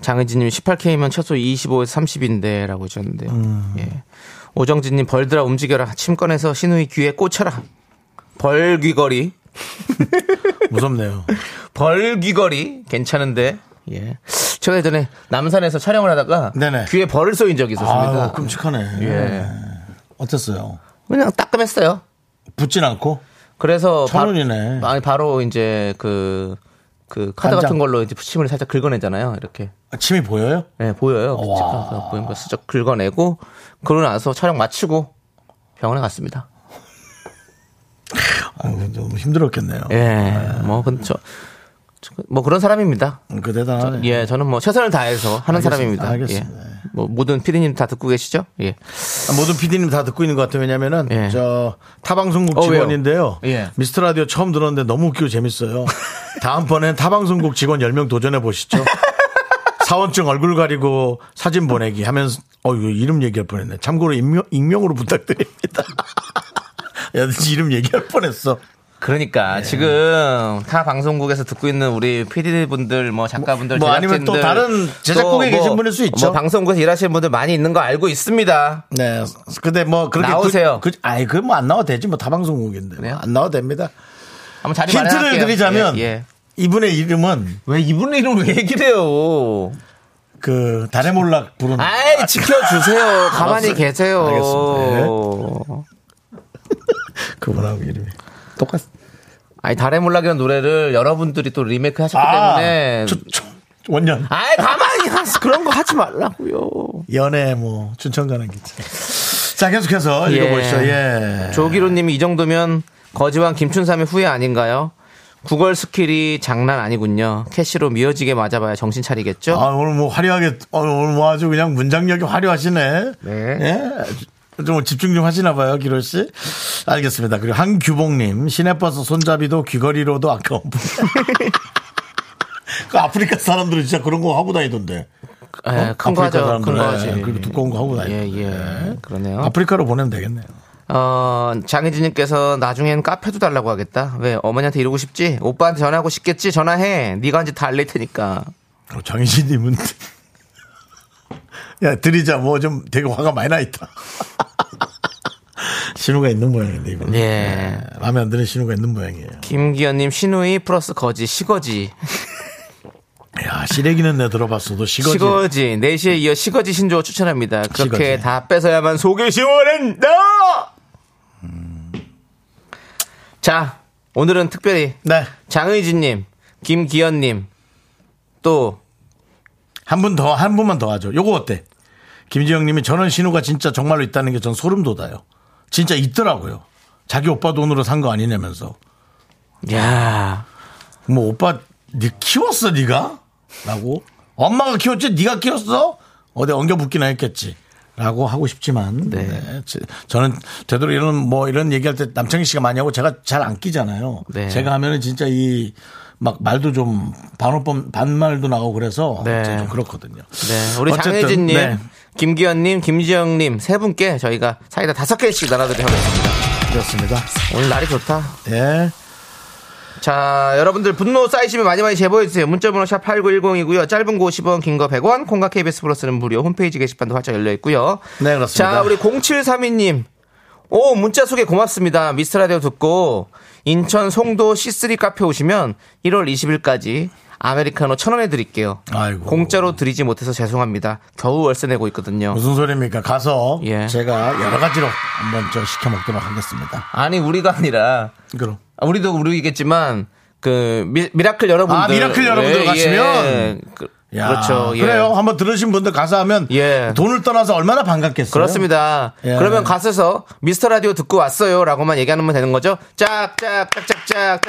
B: 장은지님 18K면 최소 25에서 30인데, 라고 해주셨는데요.
A: 음.
B: 예. 오정진님 벌들아 움직여라. 침꺼내서 신우이 귀에 꽂혀라. 벌 귀걸이.
A: 무섭네요.
B: 벌 귀걸이. 괜찮은데. 예. 제가 예전에 남산에서 촬영을 하다가
A: 네네.
B: 귀에 벌을 쏘인 적이 있었습니다.
A: 아 끔찍하네.
B: 예.
A: 어땠어요?
B: 그냥 따끔했어요.
A: 붙진 않고?
B: 그래서
A: 천 원이네.
B: 바, 아니 바로 이제 그, 그 카드
A: 간장.
B: 같은 걸로 이제 부침을 살짝 긁어내잖아요. 이렇게.
A: 아, 침이 보여요?
B: 네, 보여요.
A: 와.
B: 찝찝해서 보이는 거 슬쩍 긁어내고 그러고 나서 촬영 마치고 병원에 갔습니다.
A: 아 너무 힘들었겠네요.
B: 예, 뭐 근처 뭐 그런 사람입니다.
A: 그 대단하네.
B: 예, 저는 뭐 최선을 다해서 하는 사람입니다.
A: 알겠습니다.
B: 예. 뭐 모든 피디님 다 듣고 계시죠? 예.
A: 아, 모든 PD님 다 듣고 있는 것 같아요. 왜냐면은
B: 예.
A: 저 타방송국
B: 어, 왜요?
A: 직원인데요.
B: 예.
A: 미스터 라디오 처음 들었는데 너무 웃기고 재밌어요. 다음번엔 타방송국 직원 10명 도전해 보시죠. 사원증 얼굴 가리고 사진 보내기 하면서 어 이거 이름 얘기할 뻔했네. 참고로 익명, 익명으로 부탁드립니다. 야, 이름 얘기할 뻔했어. 예.
B: 그러니까 지금 타 방송국에서 듣고 있는 우리 PD분들 뭐 작가분들
A: 뭐, 뭐 아니면
B: 제작진들
A: 또 다른 제작국에
B: 또
A: 계신 분일 수 있죠.
B: 뭐 방송국에서 일하시는 분들 많이 있는 거 알고 있습니다.
A: 네. 근데 뭐 그렇게
B: 나오세요.
A: 그, 그, 아이 그 뭐 안 나와 되지 뭐 타방송국인데
B: 그래요?
A: 안 나와 됩니다.
B: 한번 자리
A: 힌트를
B: 마련할게요.
A: 드리자면
B: 예, 예.
A: 이분의 이름은
B: 왜 이분의 이름 왜 얘기를 해요?
A: 그 달의 몰락 부르는
B: 아이 지켜주세요. 가만히 계세요.
A: 알겠습니다. 그분하고 이름이 똑같.
B: 아니 달의 몰락이라는 노래를 여러분들이 또 리메이크 하셨기 때문에
A: 아, 초- 초- 원년
B: 아이 가만히 하세요. 그런 거 하지 말라고요.
A: 연애 뭐 춘천 가는 기차. 자 계속해서 읽어보시죠. 예.
B: 조기로님이 이 정도면 거지왕 김춘삼의 후회 아닌가요? 구걸 스킬이 장난 아니군요. 캐시로 미어지게 맞아봐야 정신 차리겠죠?
A: 아 오늘 뭐 화려하게 어, 오늘 뭐 아주 그냥 문장력이 화려하시네.
B: 네.
A: 예. 아주 좀 집중 좀 하시나 봐요, 기로 씨. 알겠습니다. 그리고 한규봉님, 시내버스 손잡이도 귀걸이로도 아까운 분. 그 아프리카 사람들은 진짜 그런 거 하고 다니던데.
B: 예, 큰
A: 어, 아프리카
B: 거죠. 큰
A: 사람들은.
B: 거지.
A: 예, 그리고 두꺼운 거 하고
B: 예,
A: 다니고.
B: 예. 그러네요.
A: 아프리카로 보내면 되겠네요.
B: 어, 장혜진님께서 나중엔 카페도 달라고 하겠다. 왜 어머니한테 이러고 싶지? 오빠한테 전화하고 싶겠지? 전화해. 네가 한 짓 다 알릴 테니까.
A: 어, 장희진님은 야 드리자 뭐 좀 되게 화가 많이 나 있다. 신우가 있는 모양인데 이거.
B: 예.
A: 마음에 안 드는 신우가 있는 모양이에요.
B: 김기현님 신우이 플러스 거지 시거지
A: 야 시래기는 내 들어봤어도 시거지.
B: 시거지 4시에 이어 시거지 신조어 추천합니다. 그렇게
A: 시거지.
B: 다 뺏어야만 속이 시원한다. 음. 자 오늘은 특별히
A: 네.
B: 장의진님, 김기현님 또
A: 한 분 더 한 분만 더 하죠. 요거 어때? 김지영님이 저는 신우가 진짜 정말로 있다는 게 전 소름 돋아요. 진짜 있더라고요. 자기 오빠 돈으로 산 거 아니냐면서.
B: 야.
A: 뭐 오빠 니 키웠어 니가? 라고 엄마가 키웠지 니가 키웠어? 어디 엉겨붙기나 했겠지 라고 하고 싶지만
B: 네.
A: 네, 제- 저는 되도록 이런 뭐 이런 얘기할 때 남창희 씨가 많이 하고 제가 잘 안 끼잖아요
B: 네.
A: 제가 하면은 진짜 이 막 말도 좀 반어법 반말도 나가고 그래서
B: 네.
A: 제가 좀 그렇거든요
B: 네, 우리
A: 어쨌든,
B: 장혜진님,
A: 네.
B: 김기현님, 김지영님 세 분께 저희가 사이다 다섯 개씩 나눠드리도록 하겠습니다.
A: 그렇습니다
B: 오늘 날이 좋다.
A: 네.
B: 자, 여러분들 분노 쌓이시면 많이 많이 제보해주세요. 문자번호 샵 8910이고요. 짧은 거 50원, 긴 거 100원, 콩과 KBS 플러스는 무료. 홈페이지 게시판도 활짝 열려있고요.
A: 네, 그렇습니다.
B: 자, 우리 0732님. 오, 문자 소개 고맙습니다. 미스트라디오 듣고 인천 송도 C3 카페 오시면 1월 20일까지 아메리카노 천원해 드릴게요.
A: 아이고.
B: 공짜로 드리지 못해서 죄송합니다. 겨우 월세 내고 있거든요.
A: 무슨 소리입니까 가서
B: 예.
A: 제가 여러 가지로 한번 저 시켜 먹도록 하겠습니다
B: 아니 우리가 아니라
A: 그럼
B: 아, 우리도 우리겠지만 그 미, 미라클 여러분들 예,
A: 아, 미라클 여러분들 가시면?
B: 그,
A: 야,
B: 그렇죠 예.
A: 그래요. 한번 들으신 분들 가서 하면
B: 예.
A: 돈을 떠나서 얼마나 반갑겠어요.
B: 그렇습니다
A: 예.
B: 그러면 가셔서 미스터 라디오 듣고 왔어요라고만 얘기하면 되는 거죠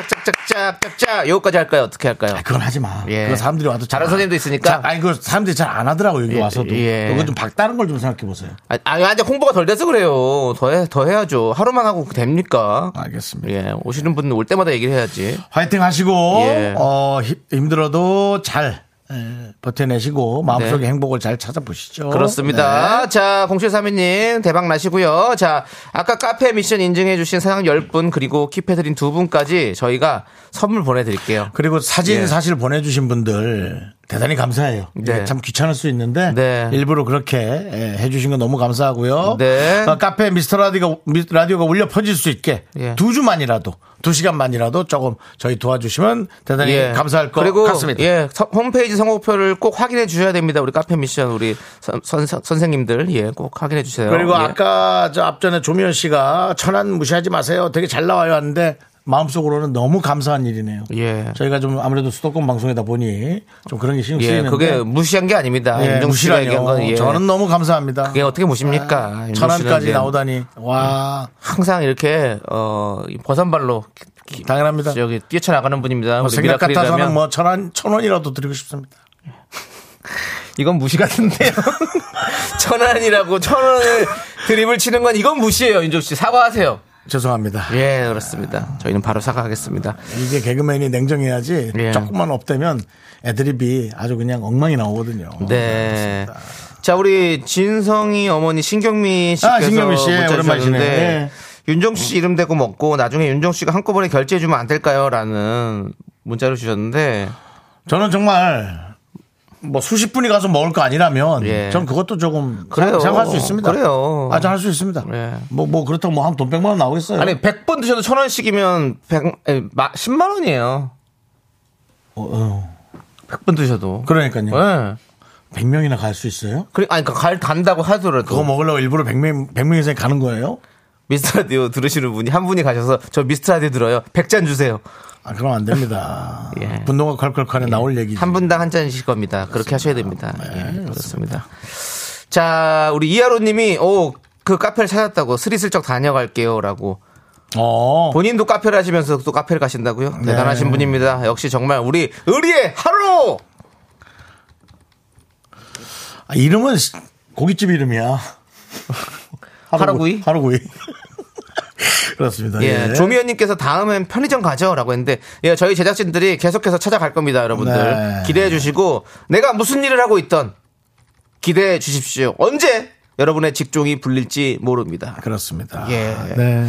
B: 짝짝짝짝짝짝짝짝짝짝 요거까지 할까요 어떻게 할까요
A: 아, 그건 하지 마.
B: 예.
A: 그거 사람들이 와도 잘
B: 다른
A: 안-
B: 선생님도 있으니까.
A: 자, 아니 그 사람들이 잘 안 하더라고 여기
B: 예,
A: 와서도.
B: 예.
A: 그거 좀 박다른 걸 좀 생각해 보세요.
B: 아, 아니 아직 홍보가 덜 돼서 그래요 더해 더 해야죠 하루만 하고 됩니까
A: 아. 알겠습니다.
B: 예 오시는 분 올 때마다 얘기를 해야지
A: 화이팅 하시고
B: 예.
A: 어, 힘- 힘들어도 잘 예, 버텨내시고 마음속의
B: 네.
A: 행복을 잘 찾아보시죠.
B: 그렇습니다.
A: 네.
B: 자, 공칠삼이님 대박 나시고요. 자, 아까 카페 미션 인증해주신 사장 10분 그리고 킵해드린 두 분까지 저희가 선물 보내드릴게요.
A: 그리고 사진
B: 예.
A: 사실 보내주신 분들 대단히 감사해요.
B: 네.
A: 이게 참 귀찮을 수 있는데
B: 네.
A: 일부러 그렇게 예, 해주신 거 너무 감사하고요.
B: 네.
A: 어, 카페 미스터 라디오가, 미- 라디오가 울려 퍼질 수 있게
B: 예.
A: 두 주만이라도 두 시간만이라도 조금 저희 도와주시면 대단히
B: 예.
A: 감사할 것
B: 그리고
A: 같습니다.
B: 예, 서- 홈페이지 성곡표를 꼭 확인해 주셔야 됩니다. 우리 카페 미션 우리 선, 선, 생님들 예, 꼭 확인해 주세요.
A: 그리고
B: 예.
A: 아까 저 앞전에 조미연 씨가 천안 무시하지 마세요. 되게 잘 나와요 하는데 마음속으로는 너무 감사한 일이네요.
B: 예.
A: 저희가 좀 아무래도 수도권 방송이다 보니 좀 그런 게 신경
B: 예,
A: 쓰이는데
B: 그게 무시한 게 아닙니다.
A: 예,
B: 윤정 씨가 얘기한 건
A: 무시라뇨.
B: 예.
A: 저는 너무 감사합니다. 아,
B: 그게 어떻게 무십니까? 윤정 씨는
A: 천안까지
B: 이제 음,
A: 나오다니. 와,
B: 항상 이렇게 어 버선발로
A: 당연합니다.
B: 여기 뛰쳐나가는 분입니다.
A: 뭐
B: 우리
A: 생각 같아서는
B: 미라클이라면.
A: 뭐 천원 천원이라도 드리고 싶습니다.
B: 이건 무시 같은데요. 천 원이라고 천 원을 드립을 치는 건 이건 무시예요, 윤종 씨. 사과하세요.
A: 죄송합니다.
B: 예, 그렇습니다. 저희는 바로 사과하겠습니다.
A: 예, 이게 개그맨이 냉정해야지
B: 예.
A: 조금만 업되면 애드립이 아주 그냥 엉망이 나오거든요.
B: 네. 자, 우리 진성이 어머니 신경미 씨께서
A: 아, 신경미 씨.
B: 문자
A: 오랜만이시네. 예.
B: 주셨는데 윤종 씨 이름 대고 먹고 나중에 윤종 씨가 한꺼번에 결제해 주면 안 될까요? 라는 문자를 주셨는데
A: 저는 정말 뭐 수십 분이 가서 먹을 거 아니라면
B: 예.
A: 전 그것도 조금
B: 그래요.
A: 생각할 수 있습니다.
B: 그래요.
A: 아저 할 수 있습니다.
B: 예.
A: 뭐 뭐 그렇다고 뭐 한 돈 백만 원 나오겠어요.
B: 아니 100번 드셔도 1000원씩이면 100 10만 원이에요.
A: 어, 어.
B: 100번 드셔도.
A: 그러니까요.
B: 예.
A: 백 명이나 갈 수 있어요?
B: 그래 아니 그러니까 갈 간다고 하더라도
A: 그거 먹으려고 일부러 100명, 100명 이상 가는 거예요?
B: 미스터 라디오 들으시는 분이 한 분이 가셔서 저 미스터 라디오 들어요. 100잔 주세요.
A: 아, 그럼 안 됩니다.
B: 예.
A: 분노가 콸콸콸에 나올 얘기지.
B: 한 분당 한 잔이실 겁니다. 그렇게 하셔야 됩니다. 예, 그렇습니다. 자, 우리 이하로 님이 오, 그 카페를 찾았다고 스리슬쩍 다녀갈게요라고
A: 어.
B: 본인도 카페를 하시면서 또 카페를 가신다고요?
A: 네.
B: 대단하신 분입니다. 역시 정말 우리 의리의 하루
A: 아, 이름은 시- 고깃집 이름이야. 하루
B: 하루구이?
A: 하루구이. 그렇습니다.
B: 예, 조미연님께서 다음엔 편의점 가죠라고 했는데 예, 저희 제작진들이 계속해서 찾아갈 겁니다, 여러분들
A: 네.
B: 기대해 주시고 내가 무슨 일을 하고 있던 기대해 주십시오. 언제 여러분의 직종이 불릴지 모릅니다.
A: 그렇습니다.
B: 예.
A: 네.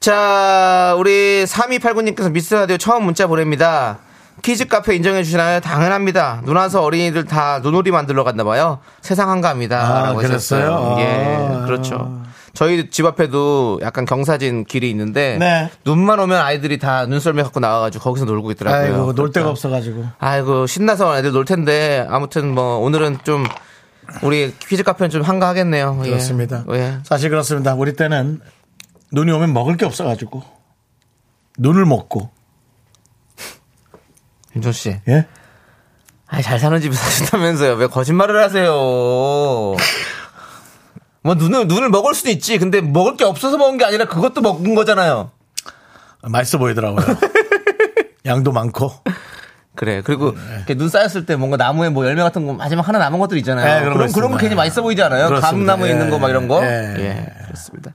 B: 자, 우리 3289님께서 미스 라디오 처음 문자 보냅니다. 키즈 카페 인정해 주시나요? 당연합니다. 눈 와서 어린이들 다 눈오리 만들러 갔나 봐요. 세상 한가합니다.
A: 아,
B: 라고
A: 그랬어요?
B: 하셨어요.
A: 아.
B: 예, 그렇죠. 저희 집 앞에도 약간 경사진 길이 있는데
A: 네.
B: 눈만 오면 아이들이 다 눈썰매 갖고 나와가지고 거기서 놀고 있더라고요.
A: 아이고, 놀 데가
B: 그러니까
A: 없어가지고.
B: 아이고 신나서 애들 놀 텐데 아무튼 뭐 오늘은 좀 우리 퀴즈 카페는 좀 한가하겠네요. 예.
A: 그렇습니다.
B: 예.
A: 사실 그렇습니다. 우리 때는 눈이 오면 먹을 게 없어가지고. 눈을 먹고.
B: 윤종 씨.
A: 예?
B: 아이, 잘 사는 집에 사신다면서요. 왜 거짓말을 하세요? 뭐, 눈을, 눈을 먹을 수도 있지. 근데 먹을 게 없어서 먹은 게 아니라 그것도 먹은 거잖아요.
A: 맛있어 보이더라고요. 양도 많고.
B: 그래. 그리고
A: 네.
B: 이렇게 눈 쌓였을 때 뭔가 나무에 뭐 열매 같은 거 마지막 하나 남은 것들 있잖아요.
A: 예, 그런
B: 그럼
A: 거
B: 그런 거
A: 있습니다.
B: 괜히 맛있어 보이지 않아요?
A: 그렇습니다.
B: 감나무에
A: 예.
B: 있는 거 막 이런 거?
A: 예.
B: 예. 그렇습니다.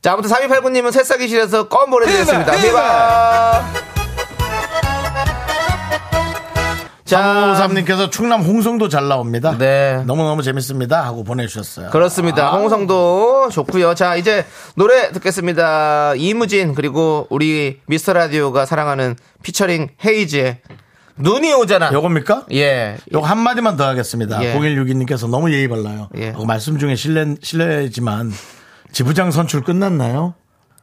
B: 자, 아무튼 3289님은 새싹이실에서 껌 보내드렸습니다.
A: 히바!
B: 히바! 자,
A: 353님께서 충남 홍성도 잘 나옵니다.
B: 네.
A: 너무너무 재밌습니다. 하고 보내주셨어요.
B: 그렇습니다. 홍성도 좋고요. 자, 이제 노래 듣겠습니다. 이무진 그리고 우리 미스터 라디오가 사랑하는 피처링 헤이즈의 눈이 오잖아.
A: 요겁니까?
B: 예.
A: 요거 한마디만 더 하겠습니다.
B: 예.
A: 0162님께서 너무 예의 발라요.
B: 예.
A: 어, 말씀 중에 실례, 실례지만 지부장 선출 끝났나요?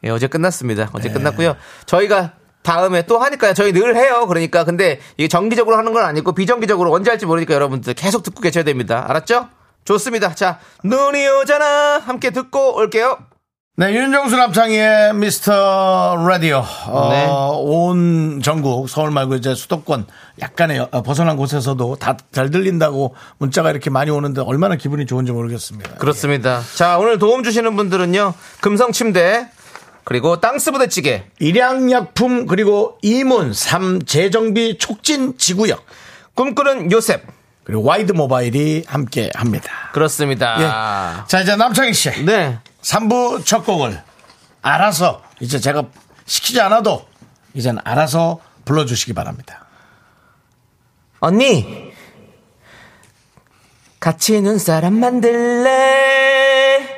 B: 예, 어제 끝났습니다. 어제 끝났고요. 저희가 다음에 또 하니까요. 저희 늘 해요. 그러니까 근데 이게 정기적으로 하는 건 아니고 비정기적으로 언제 할지 모르니까 여러분들 계속 듣고 계셔야 됩니다. 알았죠? 좋습니다. 자, 눈이 오잖아. 함께 듣고 올게요.
A: 네, 윤정수 남창희의 미스터 라디오. 어,
B: 네.
A: 온 전국, 서울 말고 이제 수도권 약간의 어, 벗어난 곳에서도 다 잘 들린다고 문자가 이렇게 많이 오는데 얼마나 기분이 좋은지 모르겠습니다.
B: 그렇습니다. 자, 오늘 도움 주시는 분들은요. 금성 침대 그리고 땅스 부대찌개
A: 일양약품 그리고 이문 삼 재정비 촉진 지구역
B: 꿈꾸는 요셉.
A: 그리고 와이드 모바일이 함께 합니다.
B: 그렇습니다.
A: 자, 이제 남창희 씨.
B: 네.
A: 3부 첫 곡을 알아서 이제 제가 시키지 않아도 이젠 알아서 불러주시기 바랍니다.
B: 언니. 같이 눈사람 만들래.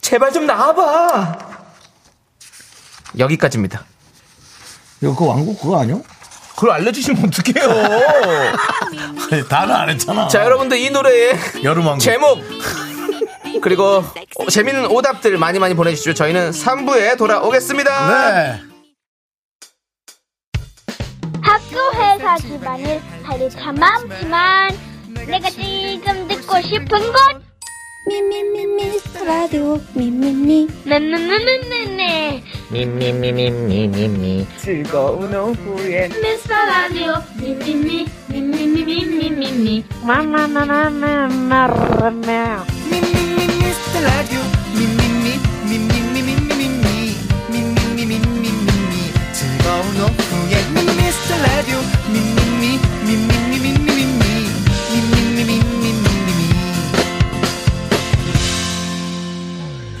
B: 제발 좀 나와봐. 여기까지입니다.
A: 이거 그 왕국 그거 아니요?
B: 그걸 알려주시면 어떡해요.
A: 다는 안 했잖아.
B: 자, 여러분들 이 노래의
A: 여름 왕국.
B: 제목. 그리고 어, 재밌는 오답들 많이 많이 보내주십시오. 저희는 3부에 돌아오겠습니다.
A: 네.
G: 학교 회사 집안일 할 일 참 많지만 내가 지금 듣고 싶은 건
F: 미미미 미스터 라디오 미미미
G: 네, 네네네네네
B: 미미미미미미미.
G: 미스터 라디오 미미미 미미미미미미미
F: 미미미 미스터 라디오 미미미 미스터 라디오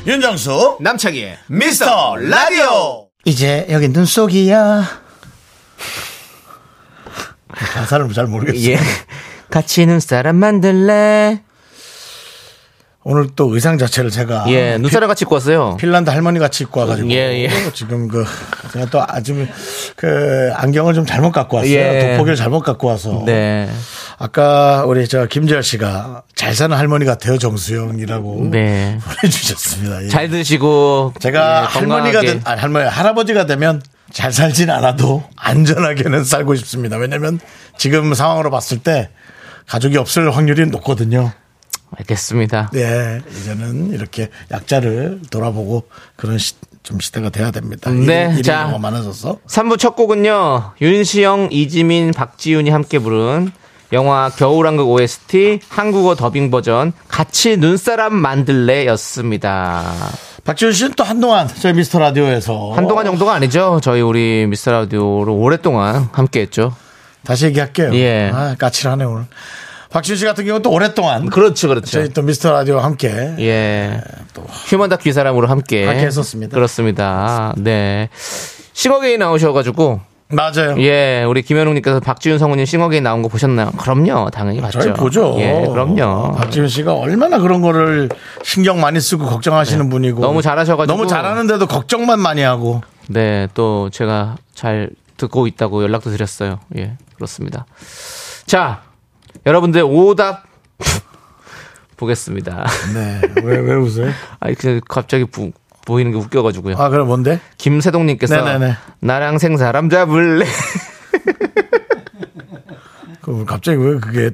A: 윤정수
B: 남창희의
A: 미스터 라디오. 이제 여기 눈 속이야. 아, 가사를 잘 모르겠어요.
B: 예. 같이 눈사람 만들래.
A: 오늘 또 의상 자체를 제가
B: 예, 눈사람 같이 입고 왔어요.
A: 핀란드 할머니 같이 입고 와가지고
B: 예, 예.
A: 지금 그 제가 또 아주 그 안경을 좀 잘못 갖고 왔어요.
B: 예.
A: 돋보기를 잘못 갖고 와서
B: 네.
A: 아까 우리 저 김재열 씨가 잘 사는 할머니 같아요 정수영이라고
B: 네.
A: 보내주셨습니다. 예.
B: 잘 드시고.
A: 제가
B: 예,
A: 할머니가
B: 건강하게.
A: 된 아니, 할머니 할아버지가 되면 잘 살진 않아도 안전하게는 살고 싶습니다. 왜냐면 지금 상황으로 봤을 때 가족이 없을 확률이 높거든요.
B: 알겠습니다.
A: 네, 이제는 이렇게 약자를 돌아보고 그런 시- 좀 시대가 돼야 됩니다.
B: 네,
A: 일이, 일이
B: 자.
A: 너무 많아져서
B: 3부 첫 곡은요. 윤시영, 이지민, 박지윤이 함께 부른 영화 겨울왕국 OST 한국어 더빙 버전 같이 눈사람 만들래였습니다.
A: 박지훈 씨는 또 한동안 저희 미스터 라디오에서
B: 한동안 정도가 아니죠. 저희 우리 미스터 라디오를 오랫동안 함께 했죠.
A: 다시 얘기할게요.
B: 예.
A: 아, 까칠하네 오늘. 박준 씨 같은 경우는 또 오랫동안
B: 그렇죠, 그렇죠.
A: 저희 또 미스터 라디오와 함께
B: 예. 휴먼 다큐 이 사람으로 함께.
A: 함께 했었습니다.
B: 그렇습니다. 네. 싱어게인 나오셔가지고.
A: 맞아요.
B: 예, 우리 김현웅님께서 박지윤 성우님 싱어게인 나온 거 보셨나요? 그럼요, 당연히 봤죠.
A: 저희 보죠. 어, 아,
B: 예, 그럼요.
A: 박지윤 씨가 얼마나 그런 거를 신경 많이 쓰고 걱정하시는 분이고
B: 네. 너무 잘하셔가지고.
A: 너무 잘하는데도 걱정만 많이 하고
B: 네, 또 제가 잘 듣고 있다고 연락도 드렸어요. 예, 그렇습니다. 자, 여러분들 오답 보겠습니다.
A: 네왜 왜 웃어요?
B: 아니, 그 갑자기 부- 보이는 게 웃겨가지고요.
A: 아 그럼 뭔데?
B: 김세동님께서
A: 네네네.
B: 나랑 생사람 잡을래
A: 그럼 갑자기 왜 그게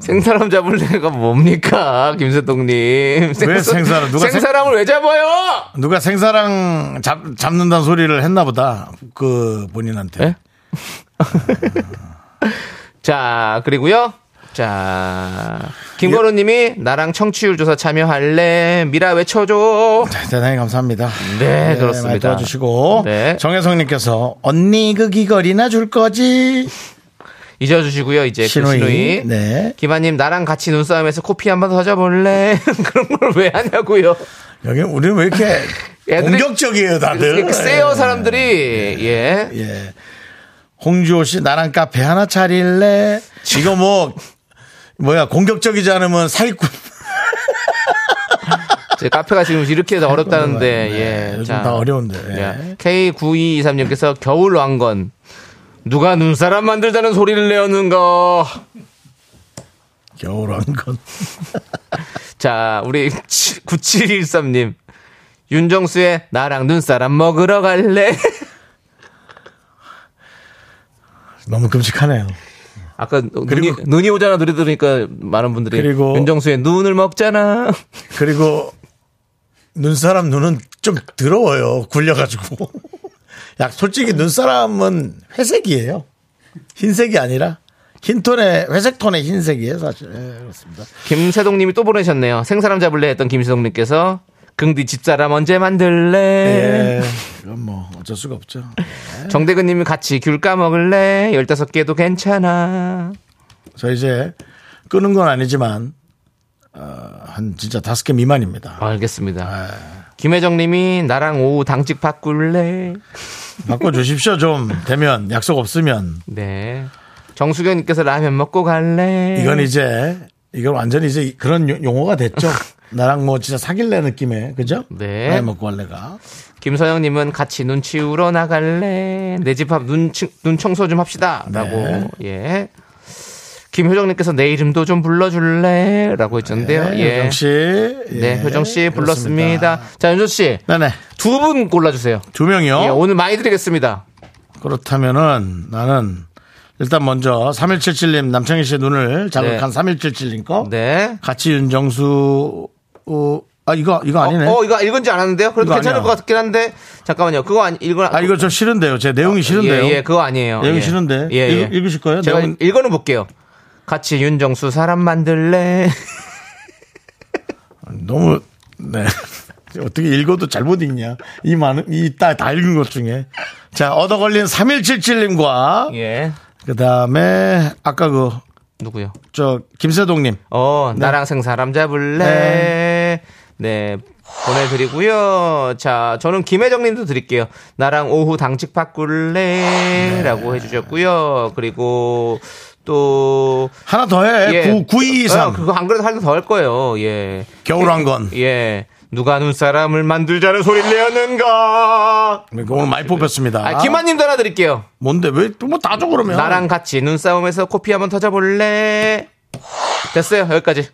B: 생사람 잡을래가 뭡니까 김세동님
A: 왜 생사람, 누가 생-
B: 생사람을 왜 잡아요?
A: 누가 생사랑 잡, 잡는다는 소리를 했나 보다 그 본인한테
B: 예? 자 그리고요 자 김건우님이 나랑 청취율 조사 참여할래 미라 외쳐줘
A: 대단히 감사합니다.
B: 네,
A: 많이
B: 그렇습니다.
A: 도와주시고
B: 네.
A: 정혜성님께서 언니 그 귀걸이나 줄 거지
B: 잊어주시고요 이제
A: 신우이.
B: 신우이, 그 신우이.
A: 네.
B: 김아님 나랑 같이 눈싸움에서 코피 한 번 더 잡을래 그런 걸 왜 하냐고요
A: 여기 우리는 왜 이렇게
B: 애들이-
A: 공격적이에요 다들
B: 이렇게 세요 사람들이 예
A: 예. 홍주호 씨 나랑 카페 하나 차릴래? 이거 뭐 뭐야 공격적이지 않으면 사기꾼.
B: 제 카페가 지금 이렇게 해서 어렵다는데
A: 네,
B: 예.
A: 요즘 다 어려운데. 예.
B: K9223님께서 겨울 왕건 누가 눈사람 만들자는 소리를 내었는가?
A: 겨울 왕건.
B: 자, 우리 9713님. 윤정수의 나랑 눈사람 먹으러 갈래?
A: 너무 끔찍하네요.
B: 아까 눈이, 눈이 오잖아 노래 들으니까 많은 분들이
A: 그리고-
B: 윤정수의 눈을 먹잖아.
A: 그리고 눈사람 눈은 좀 더러워요. 굴려가지고. 야 솔직히 눈사람은 회색이에요. 흰색이 아니라 흰 톤에 회색 톤의 흰색이에요 사실. 예, 그렇습니다.
B: 김세동님이 또 보내셨네요. 생사람 잡을래 했던 김세동님께서 긍디 집사람 언제 만들래?
A: 예. 이건 뭐 어쩔 수가 없죠.
B: 정대근님이 같이 귤 까먹을래? 15개도 괜찮아.
A: 저 이제 끄는 건 아니지만 어, 한 진짜 다섯 개 미만입니다. 아,
B: 알겠습니다. 김혜정님이 나랑 오후 당직 바꿀래?
A: 바꿔 주십시오 좀 되면 약속 없으면
B: 네. 정수경님께서 라면 먹고 갈래?
A: 이건 이제 이건 완전히 이제 그런 요- 용어가 됐죠. 나랑 뭐 진짜 사귈래 느낌의 그죠?
B: 네.
A: 나이 먹고 할래가
B: 김서영님은 같이 눈 치우러 나갈래? 내 집 앞 눈 청소 좀 합시다.
A: 네.
B: 라고. 예. 김효정님께서 내 이름도 좀 불러줄래? 라고 했는데요.
A: 네,
B: 예.
A: 효정 씨, 예,
B: 네, 효정 씨
A: 그렇습니다.
B: 불렀습니다. 자, 윤조 씨.
A: 네네
B: 두 분 골라주세요.
A: 두 명이요.
B: 예, 오늘 많이 드리겠습니다.
A: 그렇다면은 나는 일단 먼저 3177님 남창희 씨의 눈을 자극한
B: 네.
A: 3177님 거
B: 네.
A: 같이 윤정수 어, 아 이거 이거 아니네.
B: 어, 어, 이거 읽은지 않았는데요? 그래도
A: 이거
B: 괜찮을
A: 아니야.
B: 것 같긴 한데 잠깐만요. 그거 아니 읽은
A: 아 이거 저 싫은데요. 제 내용이 싫은데요.
B: 예, 예, 그거 아니에요.
A: 내용이
B: 예.
A: 싫은데.
B: 예, 예.
A: 읽- 읽으실 거예요?
B: 제가
A: 내용은-
B: 읽어는 볼게요. 같이 윤정수 사람 만들래.
A: 너무 네. 어떻게 읽어도 잘못 읽냐? 이 많은 이다 다 읽은 것 중에 자 얻어 걸린 3177님과
B: 예.
A: 그 다음에 아까
B: 누구요?
A: 그 저 김세동님
B: 어,
A: 네.
B: 나랑 생사람 잡을래. 네. 보내드리고요. 자, 저는 김혜정님도 드릴게요. 나랑 오후 당직
A: 네.
B: 바꿀래라고 해주셨고요. 그리고 또
A: 하나 더해
B: 예.
A: 923
B: 어, 그거 안 그래도 할 더 할 거예요. 예.
A: 겨울 왕건
B: 예. 누가 눈사람을 만들자는 소리를 내었는가?
A: 이거 그러니까 오늘 많이 뽑혔습니다.
B: 아, 네. 김한님 전화 드릴게요.
A: 뭔데 왜 또 뭐 다줘 그러면
B: 나랑 같이 눈싸움에서 코피 한번 터져볼래? 됐어요. 여기까지.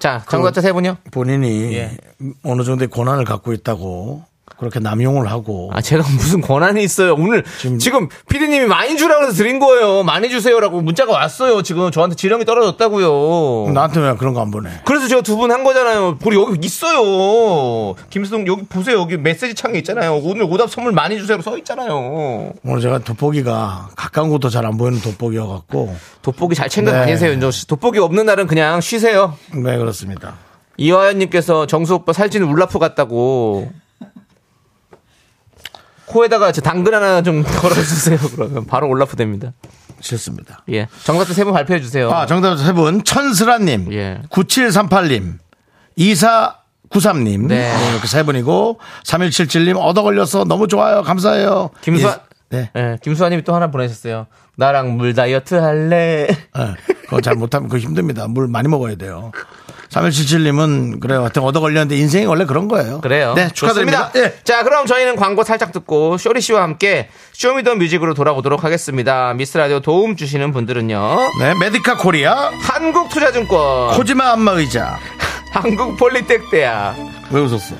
B: 자, 정답자 세 분요.
A: 본인이
B: 예.
A: 어느 정도의 권한을 갖고 있다고 그렇게 남용을 하고
B: 아, 제가 무슨 권한이 있어요. 오늘
A: 지금-
B: 지금, 피디님이 많이 주라고 해서 드린 거예요. 많이 주세요라고 문자가 왔어요. 지금 저한테 지령이 떨어졌다고요.
A: 나한테 왜 그런 거 안 보내?
B: 그래서 제가 두 분 한 거잖아요. 우리 여기 있어요. 김수동 여기 보세요. 여기 메시지 창에 있잖아요. 오늘 오답 선물 많이 주세요로 써 있잖아요.
A: 오늘 제가 돋보기가 가까운 것도 잘 안 보이는 돋보기여갖고
B: 돋보기 잘 챙겨
A: 네.
B: 다니세요, 윤정 씨. 돋보기 없는 날은 그냥 쉬세요.
A: 네 그렇습니다.
B: 이화연님께서 정수 오빠 살찌는 울라프 같다고. 코에다가 저 당근 하나 좀 걸어주세요. 그러면 바로 울라프 됩니다.
A: 싫습니다.
B: 예. 정답도 세 분 발표해 주세요.
A: 아, 정답 세 분. 천스라님,
B: 예.
A: 9738님, 2493님. 아,
B: 네.
A: 이렇게 세 분이고, 3177님, 얻어 걸려서 너무 좋아요. 감사해요.
B: 김수아
A: 예. 네.
B: 예, 김수아님이 또 하나 보내셨어요. 나랑 물 다이어트 할래.
A: 예. 그거 잘 못하면 그거 힘듭니다. 물 많이 먹어야 돼요. 3177님은, 그래요. 하여튼 얻어 걸렸는데 인생이 원래 그런 거예요.
B: 그래요.
A: 네, 축하드립니다.
B: 좋습니다.
A: 예.
B: 자, 그럼 저희는 광고 살짝 듣고 쇼리 씨와 함께 쇼미더 뮤직으로 돌아오도록 하겠습니다. 미스 라디오 도움 주시는 분들은요.
A: 네, 메디카 코리아,
B: 한국투자증권,
A: 코지마 안마 의자.
B: 한국폴리텍대학.
A: 왜 웃었어?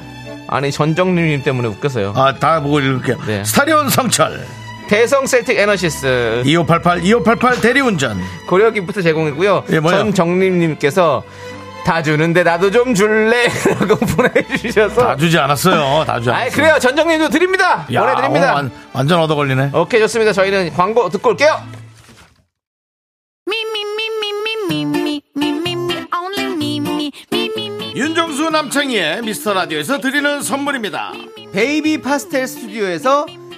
B: 아니 전정님님 때문에 웃겨서요.
A: 아, 다 보고 읽을게요.
B: 네.
A: 스타리온 성철,
B: 대성셀틱 에너시스
A: 2588, 2588 대리운전,
B: 고려기프트 제공이고요.
A: 예, 뭐요?
B: 전정림님께서 다 주는데 나도 좀 줄래라고 보내주셔서.
A: 다 주지 않았어요. 다 주지 않았어요.
B: 아 그래요 전정님도 드립니다.
A: 야,
B: 보내드립니다.
A: 어, 완, 완전 얻어 걸리네.
B: 오케이 좋습니다. 저희는 광고 듣고 올게요.
A: 윤정수 남창희의 미스터 라디오에서 드리는 선물입니다.
B: 베이비 파스텔 스튜디오에서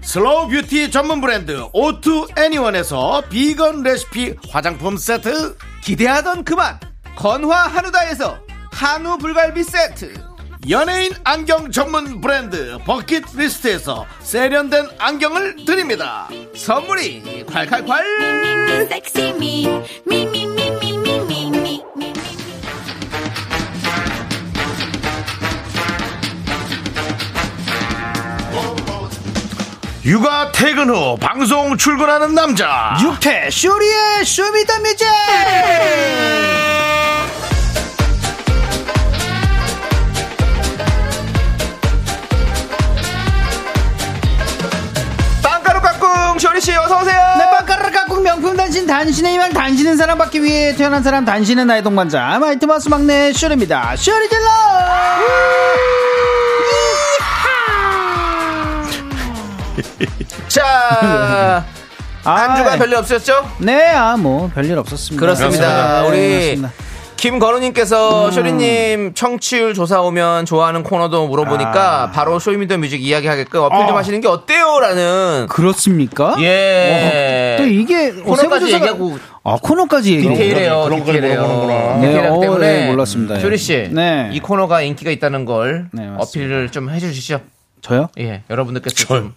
A: 슬로우 뷰티 전문 브랜드 오투 애니원에서 비건 레시피 화장품 세트,
B: 기대하던 그 맛 건화 한우다에서 한우 불갈비 세트
A: 연예인 안경 전문 브랜드 버킷리스트에서 세련된 안경을 드립니다.
B: 선물이 콸콸콸
A: 육아 퇴근 후 방송 출근하는 남자
B: 육회 쇼리의 쇼미더뮤직 빵가루 깍꿍 쇼리씨 어서오세요
H: 네, 빵가루 깍꿍 명품 단신, 단신의 희망, 단신은 사랑받기 위해 태어난 사람, 단신은 나의 동반자. 마이트마스 막내 쇼리입니다. 쇼리 질러!
B: 자
H: 아,
B: 한
A: 예.
B: 주간 별일 없으셨죠?
H: 네, 아, 뭐, 별일 없었습니다.
B: 그렇습니다.
H: 네,
B: 우리
H: 그렇습니다. 음.
B: 김건우님께서 쇼리님 청취율 조사 오면 좋아하는 코너도 물어보니까
H: 아.
B: 바로 쇼미더뮤직 이야기하게끔 어필 좀 하시는 게 어때요라는
H: 그렇습니까?
B: 예.
H: 어, 또 이게
B: 코너까지
H: 세부조사가-
B: 얘기하고
H: 아 코너까지 얘기하고
B: 디테일해요.
A: 그런 걸
B: 디테일해요.
A: 물어보는구나.
H: 네,
B: 디테일하기
H: 어,
B: 때문에
H: 네, 몰랐습니다.
B: 쇼리 씨,
H: 네.
B: 이 코너가 인기가 있다는 걸
H: 네, 맞습니다.
B: 어필을 좀 해주시죠.
H: 저요?
B: 예, 여러분들께서 좀.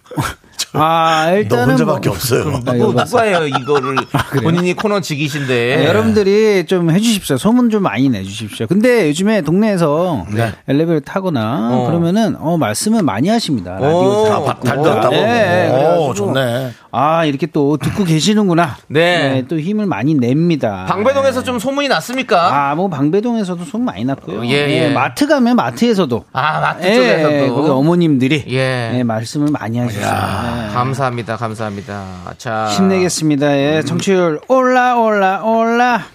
H: 아
A: 너
H: 일단은
A: 혼자밖에
H: 뭐-
A: 없어요.
H: 아,
B: 뭐
H: 여보.
B: 누가 해요 이거를 본인이 코너
H: 아,
B: 직이신데
H: 여러분들이 좀 해주십시오. 소문 좀 많이 내주십시오. 근데 요즘에 동네에서 엘리베이터 타거나
B: 어.
H: 그러면은 어 말씀을 많이 하십니다.
B: 오.
H: 라디오
B: 다 바-
A: 아, 달렸다고?
H: 네,
B: 어.
A: 오,
H: 그래가지고
A: 좋네.
H: 아 이렇게 또 듣고 계시는구나.
B: 네.
H: 또 힘을 많이 냅니다.
B: 방배동에서 좀 소문이 났습니까?
H: 아뭐 방배동에서도 소문 많이 났고요.
B: 예, 예.
H: 네, 마트 가면 마트에서도.
B: 아, 마트 쪽에서도
H: 예, 거기 어머님들이
B: 예.
H: 네, 말씀을 많이 하셨어요. 네.
B: 감사합니다, 감사합니다. 자,
H: 힘내겠습니다.
A: 음.
H: 예, 청취율 올라 올라 올라.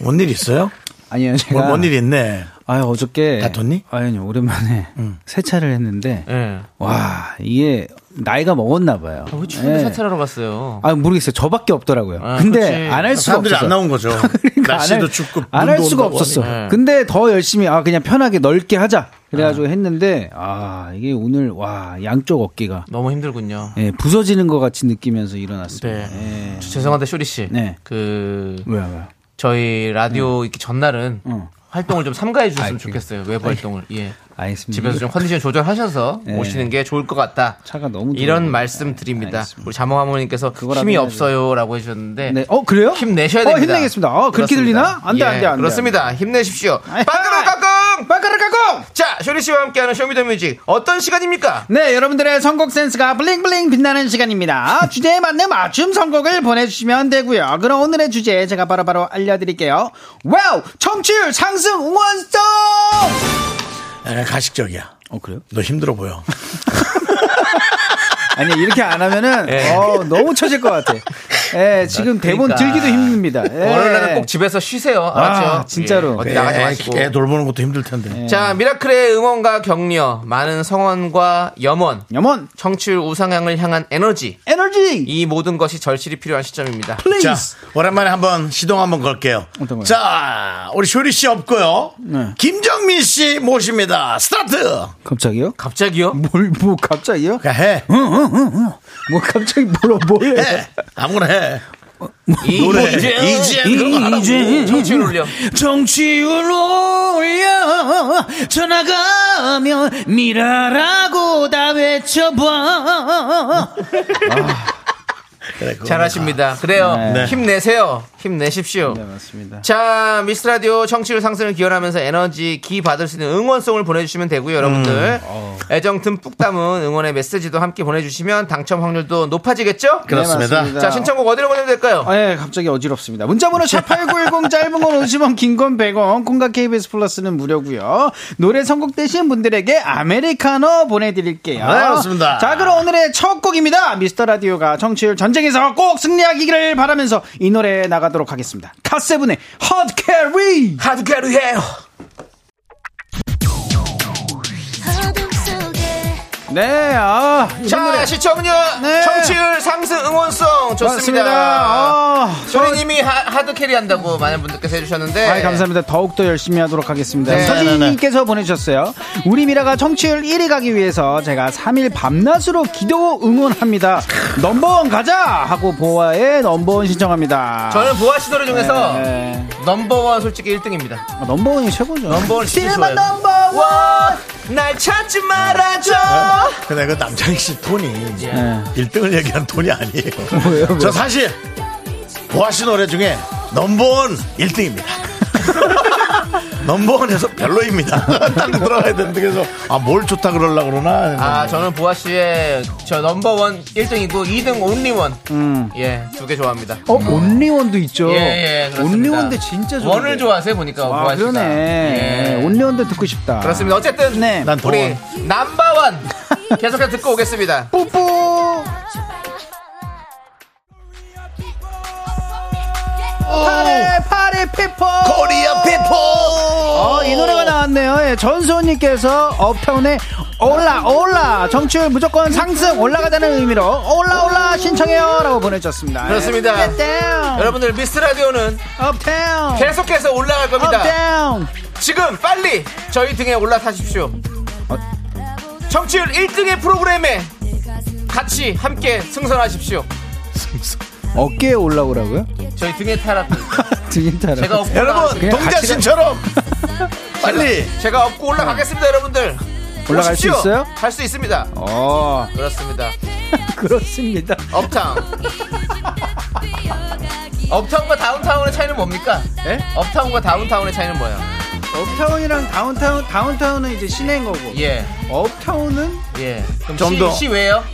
A: 뭔 일 있어요? 뭐,
H: 아니요, 제가
A: 뭔, 일 있네.
H: 아유 어저께
A: 다퉜니? 음.
H: 아니요 오랜만에 세차를 했는데
B: 예.
H: 와 이게 나이가 먹었나 봐요.
A: 아,
B: 아, 왜 추운데
H: 예.
B: 사찰하러 갔어요?
H: 아 모르겠어요. 저밖에 없더라고요.
B: 아, 그치.
H: 근데 안 할 수가
A: 사람들이
H: 없어서
A: 안 나온 거죠.
H: 그러니까 안
A: 날씨도
H: 할-
A: 춥고
H: 안 할
A: 눈도
H: 수가
A: 온다고
H: 없었어.
A: 하니. 예.
B: 하니까.
H: 근데 더 열심히 아 그냥 편하게 넓게 하자. 그래가지고 했는데 아 이게 오늘 와 양쪽 어깨가
B: 너무 힘들군요.
H: 예, 부서지는 것 같이 느끼면서 일어났습니다.
B: 네.
H: 예.
B: 저 죄송한데 쇼리 씨,
H: 네.
B: 그
H: 왜요 왜요?
B: 저희 라디오 이렇게 전날은
H: 응.
B: 활동을 좀 삼가해 주셨으면
H: 아이, 그-
B: 좋겠어요. 외부 활동을 예.
H: 알겠습니다.
B: 집에서 좀 컨디션 조절하셔서
H: 네.
B: 오시는 게 좋을 것 같다.
H: 차가 너무
B: 이런
H: 좋아요.
B: 말씀 드립니다.
H: 알겠습니다.
B: 우리 자몽 하모님께서
H: 그거라도
B: 힘이
H: 해야죠.
B: 없어요라고 해주셨는데
H: 네. 어 그래요?
B: 힘 내셔야
H: 어,
B: 됩니다.
H: 힘내겠습니다. 어, 그렇게 들리나?
B: 그렇습니다.
H: 안돼
B: 예,
H: 안돼 안돼.
B: 그렇습니다. 힘내십시오.
H: 아이,
B: 빵가루
H: 아이.
B: 깍꿍!
H: 빵가루 깍꿍!
B: 자, 쇼리 씨와 함께하는 쇼미더뮤직 어떤 시간입니까?
H: 네, 여러분들의 선곡 센스가 블링블링 빛나는 시간입니다. 주제에 맞는 맞춤 선곡을 보내주시면 되고요. 그럼 오늘의 주제 제가 바로바로 알려드릴게요. 와우! 청취율 상승 응원송!
A: 약간 예, 가식적이야.
H: 어, 그래요?
A: 너 힘들어 보여.
H: 아니, 이렇게 안 하면은,
B: 예.
H: 어, 너무 처질 것 같아. 예, 지금 대본
B: 그러니까.
H: 들기도 힘듭니다. 예.
B: 월요일날은 꼭 집에서 쉬세요. 알았죠?
H: 아, 진짜로.
B: 예, 어디
A: 애,
B: 나가지 마시고.
A: 애 돌보는 것도 힘들
H: 예.
A: 텐데.
B: 자, 미라클의 응원과 격려, 많은 성원과 염원,
H: 염원
B: 청취율 우상향을 향한 에너지,
H: 에너지.
B: 이 모든 것이 절실히 필요한 시점입니다.
H: 플레이스.
A: 자, 오랜만에 한번 시동 한번 걸게요.
H: 어떤 거요?
A: 자, 우리 쇼리 씨 없고요.
H: 네.
A: 김정민 씨 모십니다. 스타트.
H: 갑자기요?
B: 갑자기요?
H: 뭘, 뭐, 갑자기요? 어,
A: 그냥 그러니까 해.
H: 뭐, 갑자기 뭘, 뭘
A: 해. 아무거나 해.
B: 이
A: 노래.
B: 이제
A: 이제 그런 거 하라고.
B: 청취율 올려.
H: 정치율 올려 전화가면 미라라고 다 외쳐봐
A: 그래, 그거.
B: 잘하십니다. 그래요.
H: 네.
B: 힘내세요. 힘내십시오.
H: 네 맞습니다
B: 자, 미스 라디오 청취율 상승을 기원하면서 에너지 기 받을 수 있는 응원송을 보내주시면 되고요, 여러분들. 애정 듬뿍 담은 응원의 메시지도 함께 보내주시면 당첨 확률도 높아지겠죠?
A: 그렇습니다.
H: 네, 맞습니다.
B: 자, 신청곡 어디로 보내면 될까요?
H: 아, 예, 갑자기 어지럽습니다. 문자번호 샵8910 짧은 건 50원, 긴 건 100원, 콩과 KBS 플러스는 무료고요 노래 선곡되신 분들에게 아메리카노 보내드릴게요.
A: 네, 그렇습니다.
H: 자, 그럼 오늘의 첫 곡입니다. 미스터 라디오가 청취율 전쟁에서 꼭 승리하기를 바라면서 이 노래 나가도록 하겠습니다. 카세븐의 헛 캐리!
B: 하드캐리 해요.
H: 네, 아,
B: 자,
H: 자, 노래.
B: 시청률,
H: 네.
B: 청취율 상승 응원송 좋습니다.
H: 맞습니다. 아,
B: 소리님이 하- 하드 캐리 한다고 많은 분들께서 해주셨는데.
H: 아이, 감사합니다. 더욱더 열심히 하도록 하겠습니다.
B: 네.
H: 서진님께서 보내주셨어요. 우리 미라가 청취율 1위 가기 위해서 제가 3일 밤낮으로 기도 응원합니다. 넘버원 가자! 하고 보아의 넘버원 신청합니다.
B: 저는 보아 씨 노래 중에서
H: 네.
B: 넘버원 솔직히 1등입니다.
H: 아, 넘버원이 최고죠.
B: 넘버원 진짜
H: Still my
B: 좋아요.
H: number one.
B: 날 찾지 말아줘.
A: 근데 그 남창희 씨 톤이
H: 네.
A: 1등을 얘기한 톤이 아니에요.
H: 뭐예요, 뭐예요?
A: 저 사실 보아 씨 노래 중에 넘버원 1등입니다. 넘버원에서 별로입니다. 딱 들어가야 되는데 그래서 아 뭘 좋다 그러려고 그러나.
B: 아, 저는 보아 씨의 저 넘버원 1등이고 2등 온리원. 예, 두 개 좋아합니다.
H: 어, 온리원도 있죠.
B: 예, 예, 그렇습니다.
H: 온리원도 진짜 좋아.
B: 원을 좋아하세요, 보니까 보아 씨가.
H: 아, 그러네.
B: 예.
H: 온리원도 듣고 싶다.
B: 그렇습니다. 어쨌든
H: 네.
A: 난
B: 우리 남바원 계속해서 듣고 오겠습니다.
H: 뽀뽀! 파리, 파리 피퍼!
A: 코리아 피포.
H: 어, 이 노래가 나왔네요. 예, 전수호님께서 업타운의 올라 올라 정치율 무조건 상승 올라가자는 의미로 올라 올라 신청해요라고 보내주셨습니다.
B: 그렇습니다.
H: 여러분
B: 여러분들 미스 라디오는
H: 업타운
B: 계속해서 올라갈
H: 어, 네.
B: 겁니다.
H: 업타운
B: 지금 빨리 저희 등에 올라타십시오. 정치율 1등의 프로그램에 같이 함께 승선하십시오.
H: 어깨에 올라오라고요?
B: 저희 등에 타라.
H: 등인 타라.
B: 제가 업고
A: 여러분
B: 올라가겠습니다.
A: 동자신처럼 빨리
B: 제가 업고 올라가겠습니다, 여러분들.
H: 올라갈 수
B: 오십시오.
H: 있어요?
B: 할 수 있습니다.
H: 어
B: 그렇습니다.
H: 그렇습니다.
B: 업타운. 업타운과 다운타운의 차이는 뭡니까?
H: 예?
B: 업타운과 다운타운의 차이는 뭐예요?
H: 업타운이랑 다운타운 다운타운은 이제 시내인 거고
B: 예,
H: 업타운은
B: 예. 그럼
A: 좀
B: 시,
A: 더.
B: 시외요?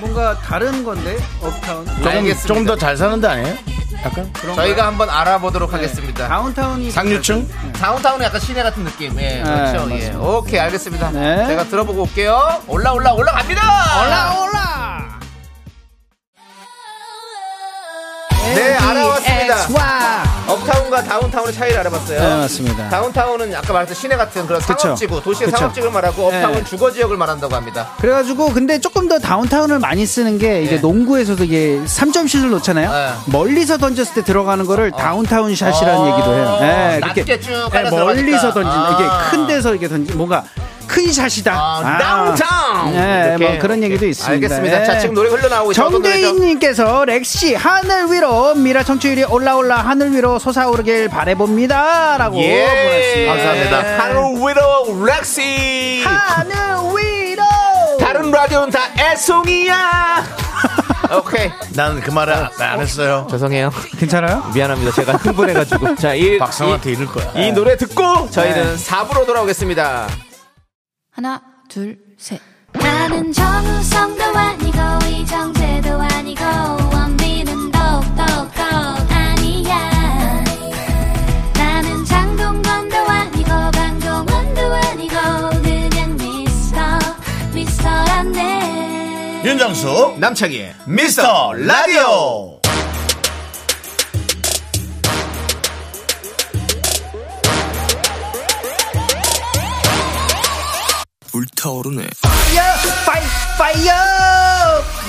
H: 뭔가 다른 건데 업타운
B: 네.
A: 조금
B: 알겠습니다.
A: 좀 더 잘 사는데 아니에요? 약간
B: 저희가 한번 알아보도록 하겠습니다.
H: 네.
B: 네.
H: 다운타운이
A: 상류층
B: 다운타운은 약간 시내 같은 느낌. 예, 그렇죠. 예.
H: 네, 맞습니다.
B: 오케이, 알겠습니다.
H: 네.
B: 제가 들어보고 올게요. 올라, 올라, 올라갑니다!
H: 올라 올라.
B: 네, 알아봤습니다.
H: 와.
B: 업타운과 다운타운의 차이를 알아봤어요.
H: 네, 맞습니다.
B: 다운타운은 아까 말했던 시내 같은 그런
H: 그쵸.
B: 상업지구, 도시의
H: 그쵸.
B: 상업지구를 말하고 업타운은
H: 네.
B: 주거 지역을 말한다고 합니다.
H: 그래가지고 근데 조금 더 다운타운을 많이 쓰는 게 이제
B: 예.
H: 농구에서도 이게 3점슛을 놓잖아요. 멀리서 던졌을 때 들어가는 거를 다운타운 샷이라는
B: 어,
H: 얘기도 해요. 예,
B: 낮게
H: 그렇게
B: 쭉
H: 예,
B: 깔아서
H: 멀리서
B: 들어가니까.
H: 던진다.
B: 아.
H: 이게 큰 데서 이게 던진 뭔가 큰 샷이다.
B: 아,
H: 아.
B: 다운타운!
H: 예,
B: 이렇게,
H: 뭐 그런
B: 이렇게.
H: 얘기도 있습니다.
B: 알겠습니다.
H: 예.
B: 자, 지금 노래 흘러나오고 있어요. 어떤 노래죠?
H: 정대인님께서 렉시 하늘 위로 미라 청취율이 올라올라 하늘 위로 솟아오르길 바래봅니다라고
B: 예.
H: 보냈습니다.
B: 감사합니다. 하늘 위로 렉시.
H: 하늘 위로.
B: 다른 라디오는 다 애송이야. 오케이.
A: 난 그 말을 안 했어요.
B: 죄송해요.
H: 괜찮아요?
B: 미안합니다. 제가 흥분해가지고. 자, 이,
A: 박상한테 이를 거야.
B: 이, 이 노래 듣고
H: 네.
B: 저희는 4부로 돌아오겠습니다.
I: 하나, 둘, 셋.
F: 나는 정우성도 아니고 이정재도 아니고 원빈은 더욱더 아니야 나는 장동건도 아니고 강동원도 아니고 그냥 미스터 미스터란데
A: 윤정수
B: 남창희의
A: 미스터 라디오
C: 불타오르네.
H: 파이어! 파이어!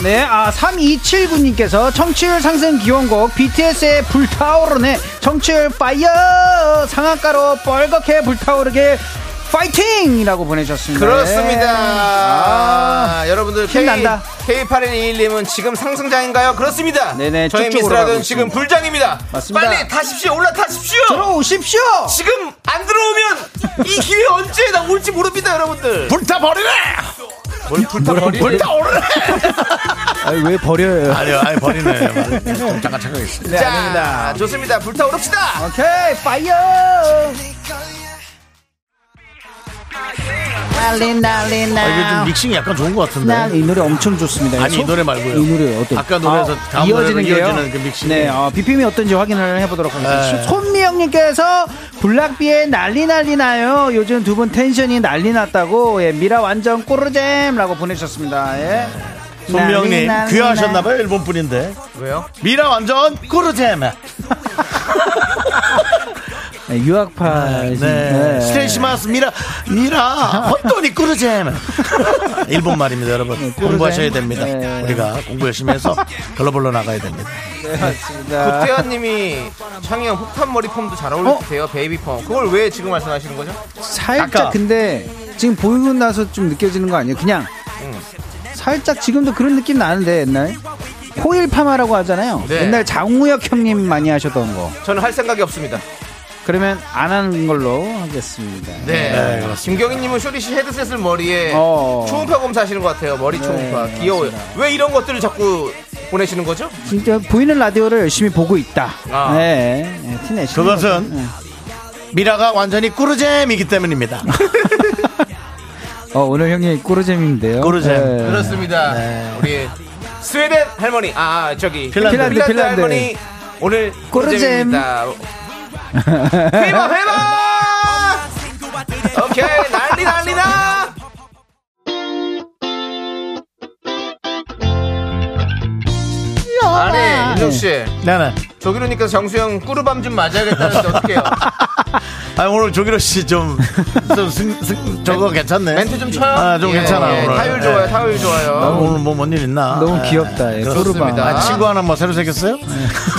H: 네, 아, 3279님께서 청취율 상승 기원곡 BTS의 불타오르네 청취율 파이어! 상한가로 뻘겋게 불타오르게 파이팅! 이라고 보내주셨습니다.
B: 그렇습니다.
H: 아,
B: 아, 여러분들 K,
H: 힘난다.
B: K8121님은 지금 상승장인가요? 그렇습니다.
H: 네네,
B: 저희
H: 쭉쭉
B: 미스라는
H: 올라가고
B: 지금
H: 있습니다.
B: 불장입니다.
H: 맞습니다.
B: 빨리 타십시오. 올라타십시오.
H: 들어오십시오!
B: 지금 안 들어오면 이 기회 언제 나 올지 모릅니다, 여러분들.
A: 불타 버리네. 불타 버리네. 불타 오르네.
H: 아니, 왜 버려요?
A: 아니요, 아니 버리네. 맞아요. 잠깐 착각했어요.
H: 네,
B: 자,
H: 아닙니다.
B: 좋습니다. 불타오릅시다.
H: 오케이, 파이어! 난리, 난리,
A: 아, 이게 좀
H: 나.
A: 믹싱이 약간 좋은 것 같은데.
H: 난 이 노래 엄청 좋습니다.
A: 아니, 이 노래 말고요.
H: 그렇죠? 이 노래 어때?
A: 아까 노래에서 다음 노래로
H: 게요?
A: 이어지는 그 믹싱.
H: 네, 어, BPM이 어떤지 확인을 해보도록 하겠습니다.
A: 네.
H: 손미영님께서 블락비에 난리 난리 나요. 요즘 두 분 텐션이 난리 났다고 예, 미라 완전 꼬르잼라고 보내주셨습니다. 예. 난리,
A: 손명님
H: 난리 나.
A: 귀화하셨나봐요 일본 분인데.
B: 왜요?
A: 미라 완전 꾸르잼.
H: 네, 유학파.
A: 네. 스테이시마스 미라 미라 헛돈이 꾸르잼. 일본 말입니다, 여러분. 공부하셔야 됩니다.
H: 네.
A: 우리가 공부 열심히 해서 별로별로 나가야 됩니다.
H: 맞습니다.
B: 태연님이 아. 창희형 폭탄 머리 폼도 잘 어울릴
H: 어?
B: 듯 해요 베이비 폼 그걸 왜 지금 말씀하시는 거죠?
H: 살짝
A: 아까.
H: 근데 지금 보이고 나서 좀 느껴지는 거 아니에요? 그냥 살짝 지금도 그런 느낌 나는데 옛날 호일 파마라고 하잖아요.
B: 네.
H: 옛날 장우혁 형님 많이 하셨던 거.
B: 저는 할 생각이 없습니다
H: 그러면 안 하는 걸로 하겠습니다.
B: 네,
A: 네, 그렇습니다.
B: 김경희님은 쇼리씨 헤드셋을 머리에
H: 어.
B: 초음파 검사하시는 것 같아요 머리 초음파
H: 네,
B: 귀여워요 왜 이런 것들을 자꾸 보내시는 거죠?
H: 진짜 보이는 라디오를 열심히 보고 있다.
B: 아.
H: 네, 네, 티내시.
A: 그것은 미라가 완전히 꾸르잼이기 때문입니다.
H: 어, 오늘 형님 꼬르잼인데요. 네.
A: 꼬르잼.
B: 그렇습니다 우리 스웨덴 할머니 아 아, 저기
A: 핀란드.
B: 핀란드,
H: 핀란드
B: 할머니 오늘
H: 꼬르잼.
B: 꼬르잼입니다 회바 회바 오케이 난리 난리다 아니 윤정씨
A: 네네.
B: 조기로니까 정수영 꾸르밤 좀 맞아야겠다는데 어떡해요
A: 아 오늘 조기로 씨 좀 좀 저거 괜찮네.
B: 멘트 좀 쳐요
A: 아, 좀 괜찮아, 오늘.
B: 타율
A: 예.
B: 좋아요 타율 좋아요
A: 아, 오늘 뭐 뭔 일 있나?
H: 어. 너무
A: 예,
H: 귀엽다, 예, 네.
A: 그렇습니다.
H: 꼬르바.
A: 아, 친구 하나 뭐 새로 생겼어요?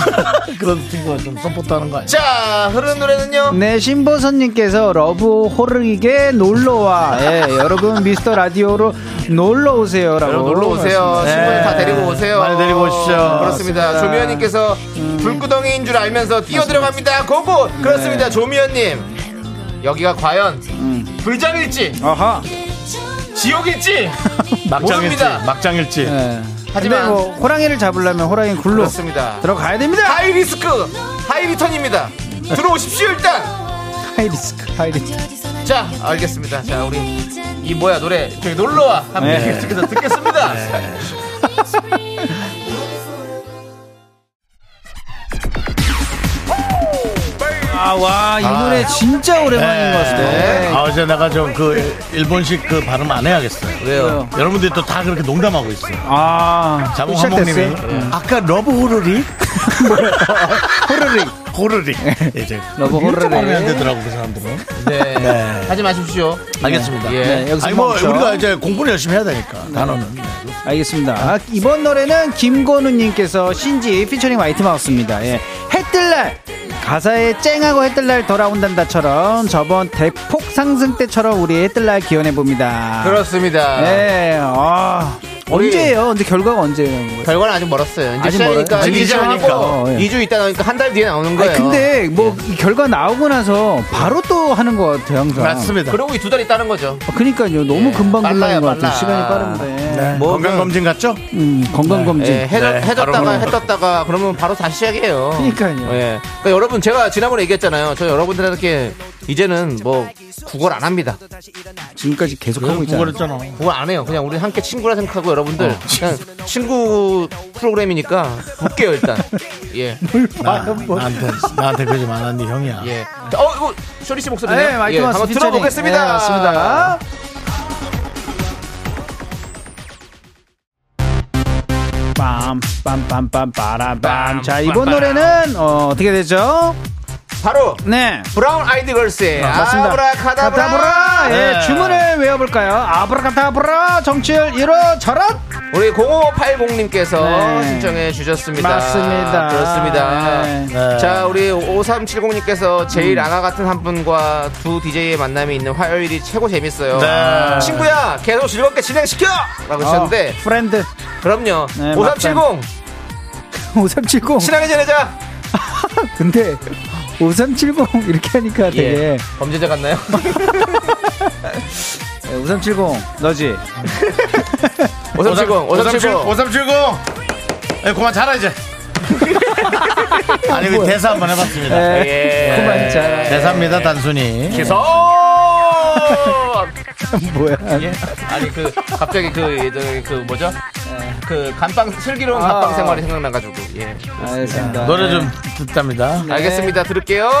A: 그런 친구가 좀 서포트하는 거 아니야?
B: 자 흐르는 노래는요
H: 네, 신보선님께서 러브 호르기게 놀러와. 예, 여러분 미스터 라디오로 놀러 오세요라고.
B: 여러분 놀러 오세요.
A: 네.
B: 친구들 다 데리고 오세요.
A: 많이 데리고 오십시오. 음.
B: 그렇습니다. 조미연님께서 불구덩이인 줄 알면서 뛰어 들어갑니다. 고고. 그렇습니다.
A: 네.
B: 조미연님 여기가 과연
A: 음.
B: 불장일지
H: 아하.
B: 지옥일지
A: 네, 막장일지,
B: 모릅니다.
A: 막장일지.
H: 예.
B: 하지만-
H: 하지만 뭐 호랑이를 잡으려면 호랑이 굴로
B: 그렇습니다.
H: 들어가야 됩니다.
B: 하이 리스크 하이 리턴입니다. 들어오십시오 일단.
H: 하이리스크, 하이리스크.
B: 자 알겠습니다. 자 우리 이 뭐야 노래 저기 놀러와 함께
H: 네.
B: 계속해서 듣겠습니다.
H: 아, 네. 와, 이 노래 진짜 오랜만인 것 같은데.
A: 아, 어제 내가 좀 그 일본식 그 발음 안 해야겠어요.
B: 왜요?
A: 여러분들이 또 다 그렇게 농담하고 있어요.
H: 아,
A: 자몽
H: 또 시작됐어요?
A: 한목님이 예. 아까 러브 호르리?
H: 호르릭.
A: 호르리. 예, 이제
H: 러브 예. 호르리.
A: 안 되더라고 그 사람들은.
B: 네.
A: 네.
B: 하지 마십시오.
A: 알겠습니다.
B: 예.
H: 네, 여기서
A: 아니 뭐
H: 멈춰. 아.
A: 우리가 이제 공부를 열심히 해야 되니까 단어는.
H: 알겠습니다. 네. 아, 이번 노래는 김건우님께서 신지 피처링 화이트 마우스입니다. 예. 해뜰날 가사에 쨍하고 해뜰날 돌아온단다처럼 저번 대폭 상승 때처럼 우리 해뜰날 기원해 봅니다.
B: 그렇습니다.
H: 예. 아,
B: 우리-
H: 언제예요? 언제 결과가 언제예요?
B: 결과는 아직 멀었어요. 이제
H: 아직
B: 시작이니까
H: 멀어요?
B: 이제
A: 아직
B: 시작하니까
H: 시작하니까. 어, 예.
B: 2주 있다 나니까 한 달 뒤에 나오는
H: 아니,
B: 거예요.
H: 근데 뭐이 결과 나오고 나서 바로 또 하는 것 같아요, 항상.
A: 맞습니다.
B: 그러고 이 두 달 있다는 거죠.
H: 아, 그러니까요. 너무 금방
B: 예. 빨라요,
H: 끝나는 것 같아요.
B: 빨라.
H: 시간이 빠른데.
A: 네.
B: 뭐
A: 건강 검진 같죠?
H: 음, 건강검진.
B: 예, 해졌,
A: 네,
B: 해졌다가
A: 바로
B: 해떴다가 그러면 바로 다시 시작해요.
H: 그러니까요.
B: 예. 그러니까 여러분 제가 지난번에 얘기했잖아요. 저 여러분들한테 이제는 뭐 구걸 안 합니다.
H: 지금까지 계속 하고 있잖아요.
A: 그거랬잖아.
B: 구걸 안 해요. 그냥 우리 함께 친구라 생각하고 여러분들 그냥 친구 프로그램이니까 볼게요 일단. 예.
A: 아, 나한테 나한테 그러지 마. 난네 형이야.
B: 예. 어, 이거 쇼리 씨 목소리네요.
H: 네, 마이크
B: 예,
H: 마스
B: 한번
H: 피처링.
B: 들어보겠습니다.
H: 네, 맞습니다. 빰빰빰빰 빠라밤. 자 이번 노래는 어, 어떻게 되죠?
B: 바로
H: 네.
B: 브라운 아이드 걸스의
H: 맞습니다.
B: 아브라카다브라. 네.
H: 카다브라. 예, 주문을 외워볼까요? 아브라카다브라 정치율 1호 저런.
B: 우리 0580님께서
H: 네.
B: 신청해 주셨습니다.
H: 맞습니다.
B: 그렇습니다.
H: 네. 음.
A: 네.
B: 자, 우리 5370님께서 제일 아가 같은 한 분과 두 DJ의 만남이 있는 화요일이 최고 재밌어요.
A: 네.
B: 친구야, 계속 즐겁게 진행시켜! 라고 하셨는데,
H: 어, 프렌드
B: 그럼요.
H: 네,
B: 5370,
H: 5370.
B: 친하게 지내자!
H: 근데 5370 이렇게 하니까 되게
B: 예. 범죄자 같나요?
H: 5370 예, 너지.
B: 5370, 5370.
A: 5370. 예, 그만 자라 이제. 아니 그 대사 한번 해봤습니다.
H: 예.
B: 예.
H: 그만 자라.
A: 대사입니다 단순히.
B: 기서!
H: 네. 뭐야?
B: 예? 아니 그 갑자기 그 예전에 그 뭐죠? 그 감방
H: 아.
B: 슬기로운 감방 생활이 생각나가지고 예
H: 알겠습니다.
A: 노래 좀
H: 예.
A: 듣답니다.
H: 네.
B: 알겠습니다 들을게요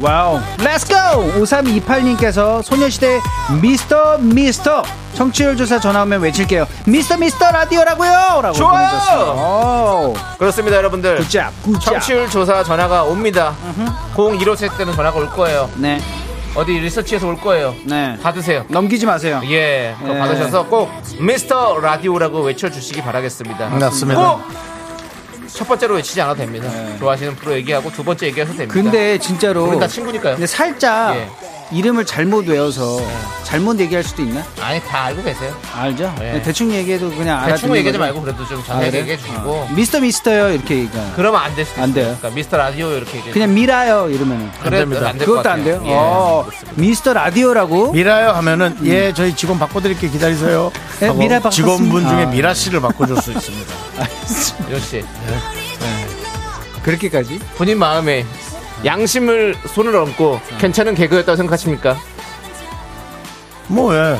H: 와우. 렛츠고! 5328님께서 소녀시대 미스터 미스터 청취율 조사 전화 오면 외칠게요. 미스터 미스터 라디오라고요! 라고
B: 좋아요!
H: 보내주셨어요.
B: 그렇습니다 여러분들
H: 굿잡, 굿잡.
B: 청취율 조사 전화가 옵니다 0157 때는 전화가 올 거예요
H: 네,
B: 어디 리서치에서 올 거예요
H: 네.
B: 받으세요
H: 넘기지 마세요.
B: 예 그거
H: 예.
B: 받으셔서 꼭 미스터 라디오라고 외쳐주시기 바라겠습니다
A: 맞습니다.
B: 꼭 첫 번째로 외치지 않아도 됩니다 좋아하시는 프로 얘기하고 두 번째 얘기하셔도 됩니다
H: 네. 근데 진짜로.
B: 우리 다 친구니까요
H: 근데 살짝
B: 예.
H: 이름을 잘못 외워서 잘못 얘기할 수도 있나?
B: 아니 다 알고 계세요
H: 알죠?
B: 예.
H: 대충 얘기해도 그냥 알아.
B: 대충 얘기하지 말고 그래도 좀
H: 아,
B: 자세히
H: 그래요?
B: 얘기해 주시고
H: 어. 미스터 미스터요 이렇게 얘기가.
B: 그러면 안 될 수도
H: 안
B: 있어요.
H: 돼요.
B: 그러니까 미스터 라디오 이렇게 얘기해
H: 그냥 미라요 이러면은.
B: 그래도
A: 됩니다.
B: 안될것
H: 그것도 안
B: 같아요.
H: 돼요.
B: 예.
H: 어, 미스터 라디오라고.
A: 미라요 하면은 예 저희 직원 바꿔드릴게 기다리세요.
H: 네,
A: 하고
H: 미라 바꿨습니다.
A: 직원분 중에
H: 아.
A: 미라 씨를 바꿔줄 수 있습니다.
B: 역시
H: 그렇게까지?
B: 본인 마음에 양심을 손을 얹고 괜찮은 개그였다고 생각하십니까?
A: 뭐 예.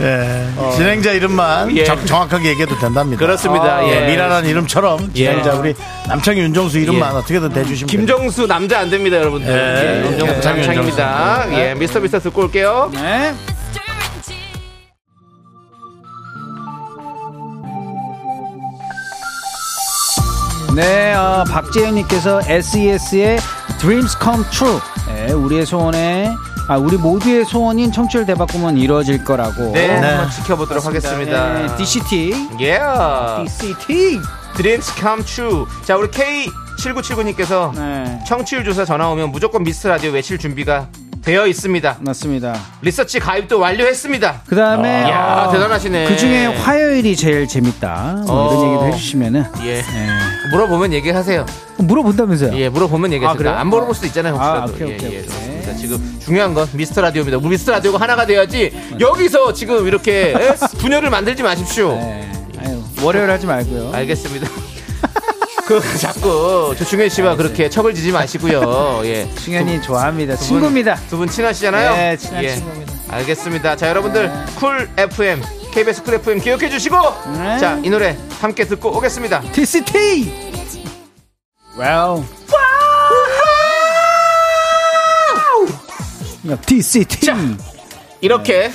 A: 예. 진행자 이름만
B: 어. 예.
A: 정- 정확하게 얘기해도 된답니다.
B: 그렇습니다.
A: 아,
B: 예.
A: 미라라는 이름처럼 진행자
B: 예.
A: 우리 남창희 윤정수 이름만
B: 예.
A: 어떻게든 대주시면
B: 김정수 남자 안 됩니다, 여러분들.
A: 예.
B: 예, 김정수
A: 예.
B: 남창입니다. 예, 미스터 미스터 듣고 올게요.
H: 네. 네, 어, 박재현님께서 SES의 Dreams Come True. 예, 우리의 소원에, 아, 우리 모두의 소원인 청취율 대박구먼 이루어질 거라고.
B: 네,
A: 네.
B: 한번 지켜보도록 하겠습니다. 네,
H: 예, DCT.
B: 예.
H: DCT.
B: 드림스 캄 트루. 자, 우리 K7979님께서
H: 네,
B: 청취율 조사 전화 오면 무조건 미스터 라디오 외칠 준비가 되어 있습니다.
H: 맞습니다.
B: 리서치 가입도 완료했습니다.
H: 그 다음에.
B: 아, 이야, 대단하시네.
H: 그 중에 화요일이 제일 재밌다. 뭐
B: 어.
H: 이런 얘기도 해주시면은. 네.
B: 예. 물어보면 얘기하세요.
H: 물어본다면서요?
B: 예, 물어보면
H: 아, 그래요?
B: 얘기하세요. 안 물어볼 수도 있잖아요,
H: 아,
B: 혹시라도.
H: 오케이, 오케이,
B: 예, 예.
H: 오케이.
B: 그렇습니다. 지금 중요한 건 미스터 라디오입니다. 우리 미스터 라디오가 하나가 돼야지
H: 네.
B: 여기서 지금 이렇게 에? 분열을 만들지 마십시오.
H: 네. 아유, 월요일 하지 말고요.
B: 알겠습니다. 그 자꾸 조충현 씨와 그렇게 척을 지지 마시고요. 예.
H: 충현이 좋아합니다.
B: 두 분-
H: 친구입니다.
B: 두 분 친하시잖아요.
H: 네, 친한
B: 예.
H: 친구입니다.
B: 알겠습니다. 자, 여러분들 쿨 FM KBS 쿨 FM 기억해 주시고
H: 네.
B: 자, 이 노래 함께 듣고 오겠습니다.
H: DCT! 와우. 와우! DCT!
B: 이렇게
H: 네.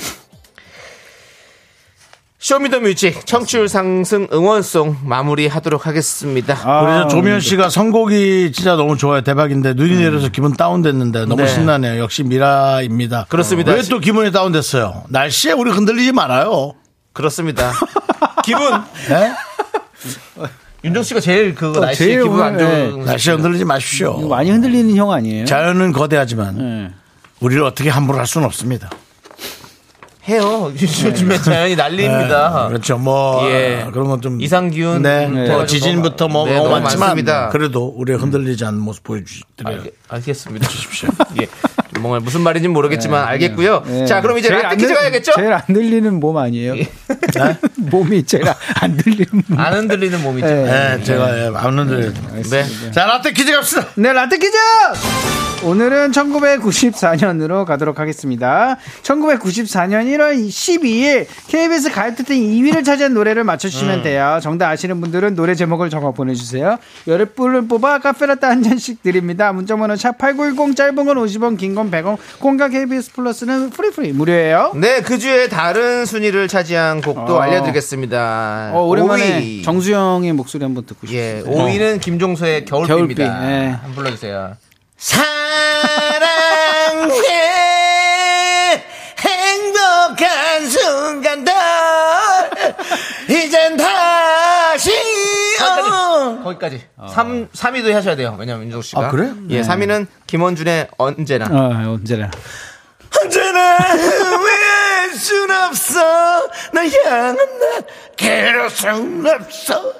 B: 쇼미더뮤직 청취율 상승 응원송 마무리하도록 하겠습니다.
H: 아,
A: 우리 저 조미연 씨가 선곡이 진짜 너무 좋아요. 대박인데 눈이 내려서 기분 다운됐는데 너무
B: 음. 네.
A: 신나네요. 역시 미라입니다.
B: 그렇습니다.
A: 왜 또 기분이 다운됐어요? 날씨에 우리 흔들리지 말아요.
B: 그렇습니다. 기분 어,
A: 네?
B: 윤정 씨가 제일 그 날씨
H: 어, 제일
B: 기분 안
H: 오늘,
B: 좋은
A: 날씨에 흔들리지
H: 이거
A: 마십시오.
H: 많이 흔들리는 형 아니에요?
A: 예? 자연은 거대하지만
H: 네.
A: 우리를 어떻게 함부로 할 수는 없습니다.
B: 해요.
H: 네.
B: 요즘에 자연이 난리입니다.
A: 네, 그렇죠. 뭐
B: 예.
A: 아, 그런 건 좀
B: 이상 기운
A: 네.
B: 네.
A: 뭐 지진부터 뭐
B: 네,
A: 너무
B: 너무
A: 많지만
B: 많습니다.
A: 그래도 우리 흔들리지 않는 모습 보여주드려요.
B: 알- 알겠습니다. 예. 뭔가 무슨 말인지 모르겠지만 알겠고요.
H: 네.
B: 자, 그럼 이제
H: 제일
B: 라떼
H: 안
B: 퀴즈
H: 들-
B: 가야겠죠? 예.
H: 제일 안 들리는 몸 아니에요? 몸이 제일 안 들리는 몸.
B: 안 흔들리는 몸이죠.
H: 네.
A: 네, 제가 예, 안 흔들려요.
B: 네.
A: 자, 라떼 퀴즈 갑시다.
H: 네, 라떼 퀴즈! 오늘은 1994년으로 가도록 하겠습니다. 1994년 1월 12일 KBS 가요투텐 2위를 차지한 노래를
B: 음.
H: 맞춰주시면 돼요. 정답 아시는 분들은 노래 제목을 적어 보내주세요. 열흘 분을 뽑아 카페라떼 한 잔씩 드립니다. 문자번호 샵8910 짧은 건 50원, 긴 건 장문 100원, 콩과 KBS 플러스는 프리프리 무료예요.
B: 네, 그 주에 다른 순위를 차지한 곡도
H: 어.
B: 알려드리겠습니다.
H: 어, 오랜만에
B: 5위.
H: 정수영의 목소리 한번 듣고
B: 음. 예,
H: 싶어요.
B: 5위는 김종서의 겨울비입니다.
H: 겨울비, 예.
B: 한번 불러주세요. 사랑해 행복한 순간들 이젠 다시 거기까지, 거기까지. 3, 3위도 하셔야 돼요 왜냐면 민정 씨가
A: 아, 그래요?
B: 예, 3위는 김원준의 언제나
H: 어, 언제나.
B: 언제나 왜순 없어 나 향한 나 괴로운 없어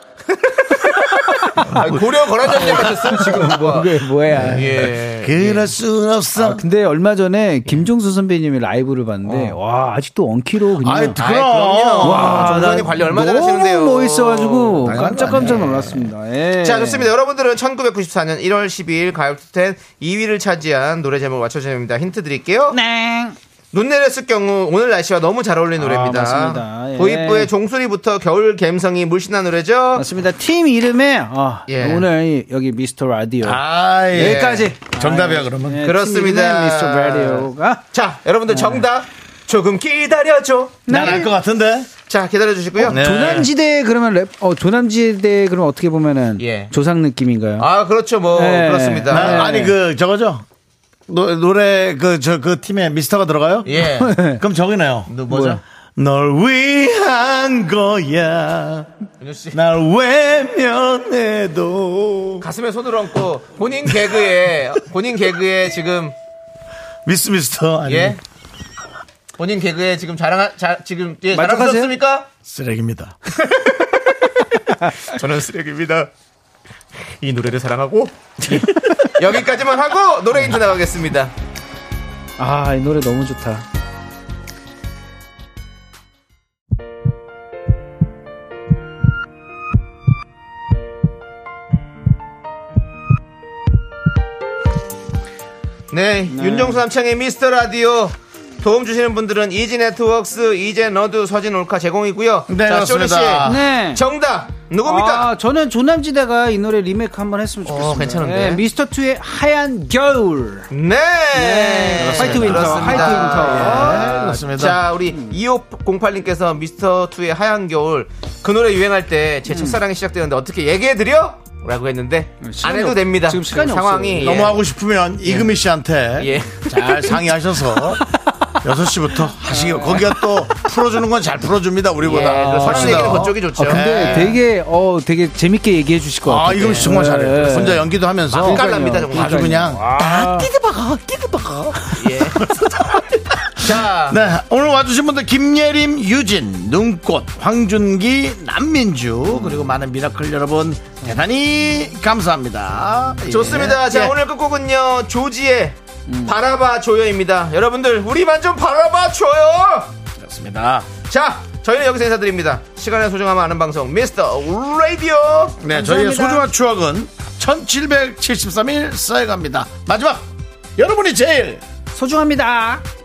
B: 아, 고려 거라장님 하셨어요 지금 뭐.
H: 그게 네. 뭐야.
B: 예.
A: 그럴 순 없어.
H: 아, 근데 얼마 전에 김종수 선배님이 라이브를 봤는데 와 아직도 언키로 그냥
A: 아이,
B: 어. 아이, 그럼요. 정선이 관리 얼마나
H: 너무
B: 잘하시는데요. 네.
H: 멋있어가지고
A: 당연한 거
H: 깜짝깜짝
A: 아니에요.
H: 놀랐습니다. 예.
B: 자 좋습니다 여러분들은 1994년 1월 12일 가요투텐 2위를 차지한 노래 제목 맞춰주시면 됩니다 힌트 드릴게요
H: 네.
B: 눈 내렸을 경우 오늘 날씨와 너무 잘 어울리는 노래입니다
H: 아, 맞습니다. 예.
B: 도입부의 종소리부터 겨울 갬성이 물씬한 노래죠
H: 맞습니다. 팀 이름에 어,
B: 예.
H: 오늘 여기 미스터 라디오
A: 아, 예.
H: 여기까지.
A: 정답이야, 그러면.
H: 예, 팀
B: 그렇습니다.
H: 이름에 미스터 라디오가
B: 자 여러분들 정답 조금 기다려줘
A: 난 알 것 같은데.
B: 자 기다려주시고요
A: 네.
H: 조남지대 그러면 랩, 어, 조남지대 그러면 어떻게 보면은
B: 예.
H: 조상 느낌인가요?
B: 아 그렇죠 뭐
H: 네.
B: 그렇습니다
A: 난,
H: 네.
A: 아니, 그, 저거죠? 노, 노래, 그, 저, 그 팀에 미스터가 들어가요?
B: 예
A: 그럼 저기네요.
B: 너 뭐죠
A: 널 위한 거야.
B: 윤호 씨
A: 날 외면해도.
B: 가슴에 손을 얹고 본인 개그에 본인 개그에 지금
A: 미스 미스터. 아니,
B: 예 본인 개그에 지금 자랑 자, 지금 예,
H: 만족하세요?
B: 자랑스럽습니까?
A: 쓰레기입니다.
B: 저는 쓰레기입니다. 이 노래를 사랑하고 여기까지만 하고 노래 힌트 나가겠습니다.
H: 아, 이 노래 너무 좋다.
B: 네, 윤정수 남창의 미스터 라디오 도움 주시는 분들은 이지 네트워크스, 이제 너드, 서진 올카 제공이고요.
A: 네,
B: 자, 쇼리 씨.
A: 그렇습니다.
H: 네.
B: 정답 누굽니까?
H: 아, 저는 조남지대가 이 노래 리메이크 한번 했으면 좋겠습니다. 예,
B: 어, 괜찮은데.
H: 미스터 투의 하얀 겨울.
B: 네.
H: 화이트 윈터,
B: 그렇습니다.
H: 화이트 윈터.
A: 네, 그렇습니다.
B: 자, 우리 2508님께서 미스터 투의 하얀 겨울 그 노래 유행할 때 제 첫사랑이 시작되는데 어떻게 얘기해 드려? 라고 했는데 안
H: 시간이
B: 해도
H: 없-
B: 됩니다.
H: 지금 시간이
B: 상황이
A: 너무 하고 싶으면 이금희 씨한테
B: 예.
A: 잘 상의하셔서 6시부터 하시기 거기가 또 풀어주는 건 잘 풀어줍니다,
B: 예,
A: 우리보다.
B: 그 서른 얘기는
A: 훨씬 더.
B: 그쪽이 좋죠.
H: 아, 근데
B: 예.
H: 되게, 어, 되게 재밌게 얘기해 주실 것 같아요.
A: 아, 이금희 씨 정말
H: 예.
A: 잘해요. 혼자 연기도 하면서.
B: 예. 아, 깔랍니다, 정말.
A: 아주 그냥 딱 띠드박아, 띠드박아.
B: 예. 자,
A: 네, 오늘 와주신 분들 김예림, 유진, 눈꽃, 황준기, 남민주 그리고 많은 미라클 여러분 대단히 감사합니다.
B: 좋습니다.
A: 예.
B: 자,
A: 예.
B: 오늘 끝곡은요, 조지의 바라봐 줘요입니다. 여러분들, 우리만 좀 바라봐 줘요!
A: 그렇습니다.
B: 자, 저희는 여기서 인사드립니다. 시간의 소중함을 아는 방송, 미스터 라디오!
A: 네, 저희의 소중한 추억은 1773일 쌓여갑니다. 마지막 여러분이 제일
H: 소중합니다.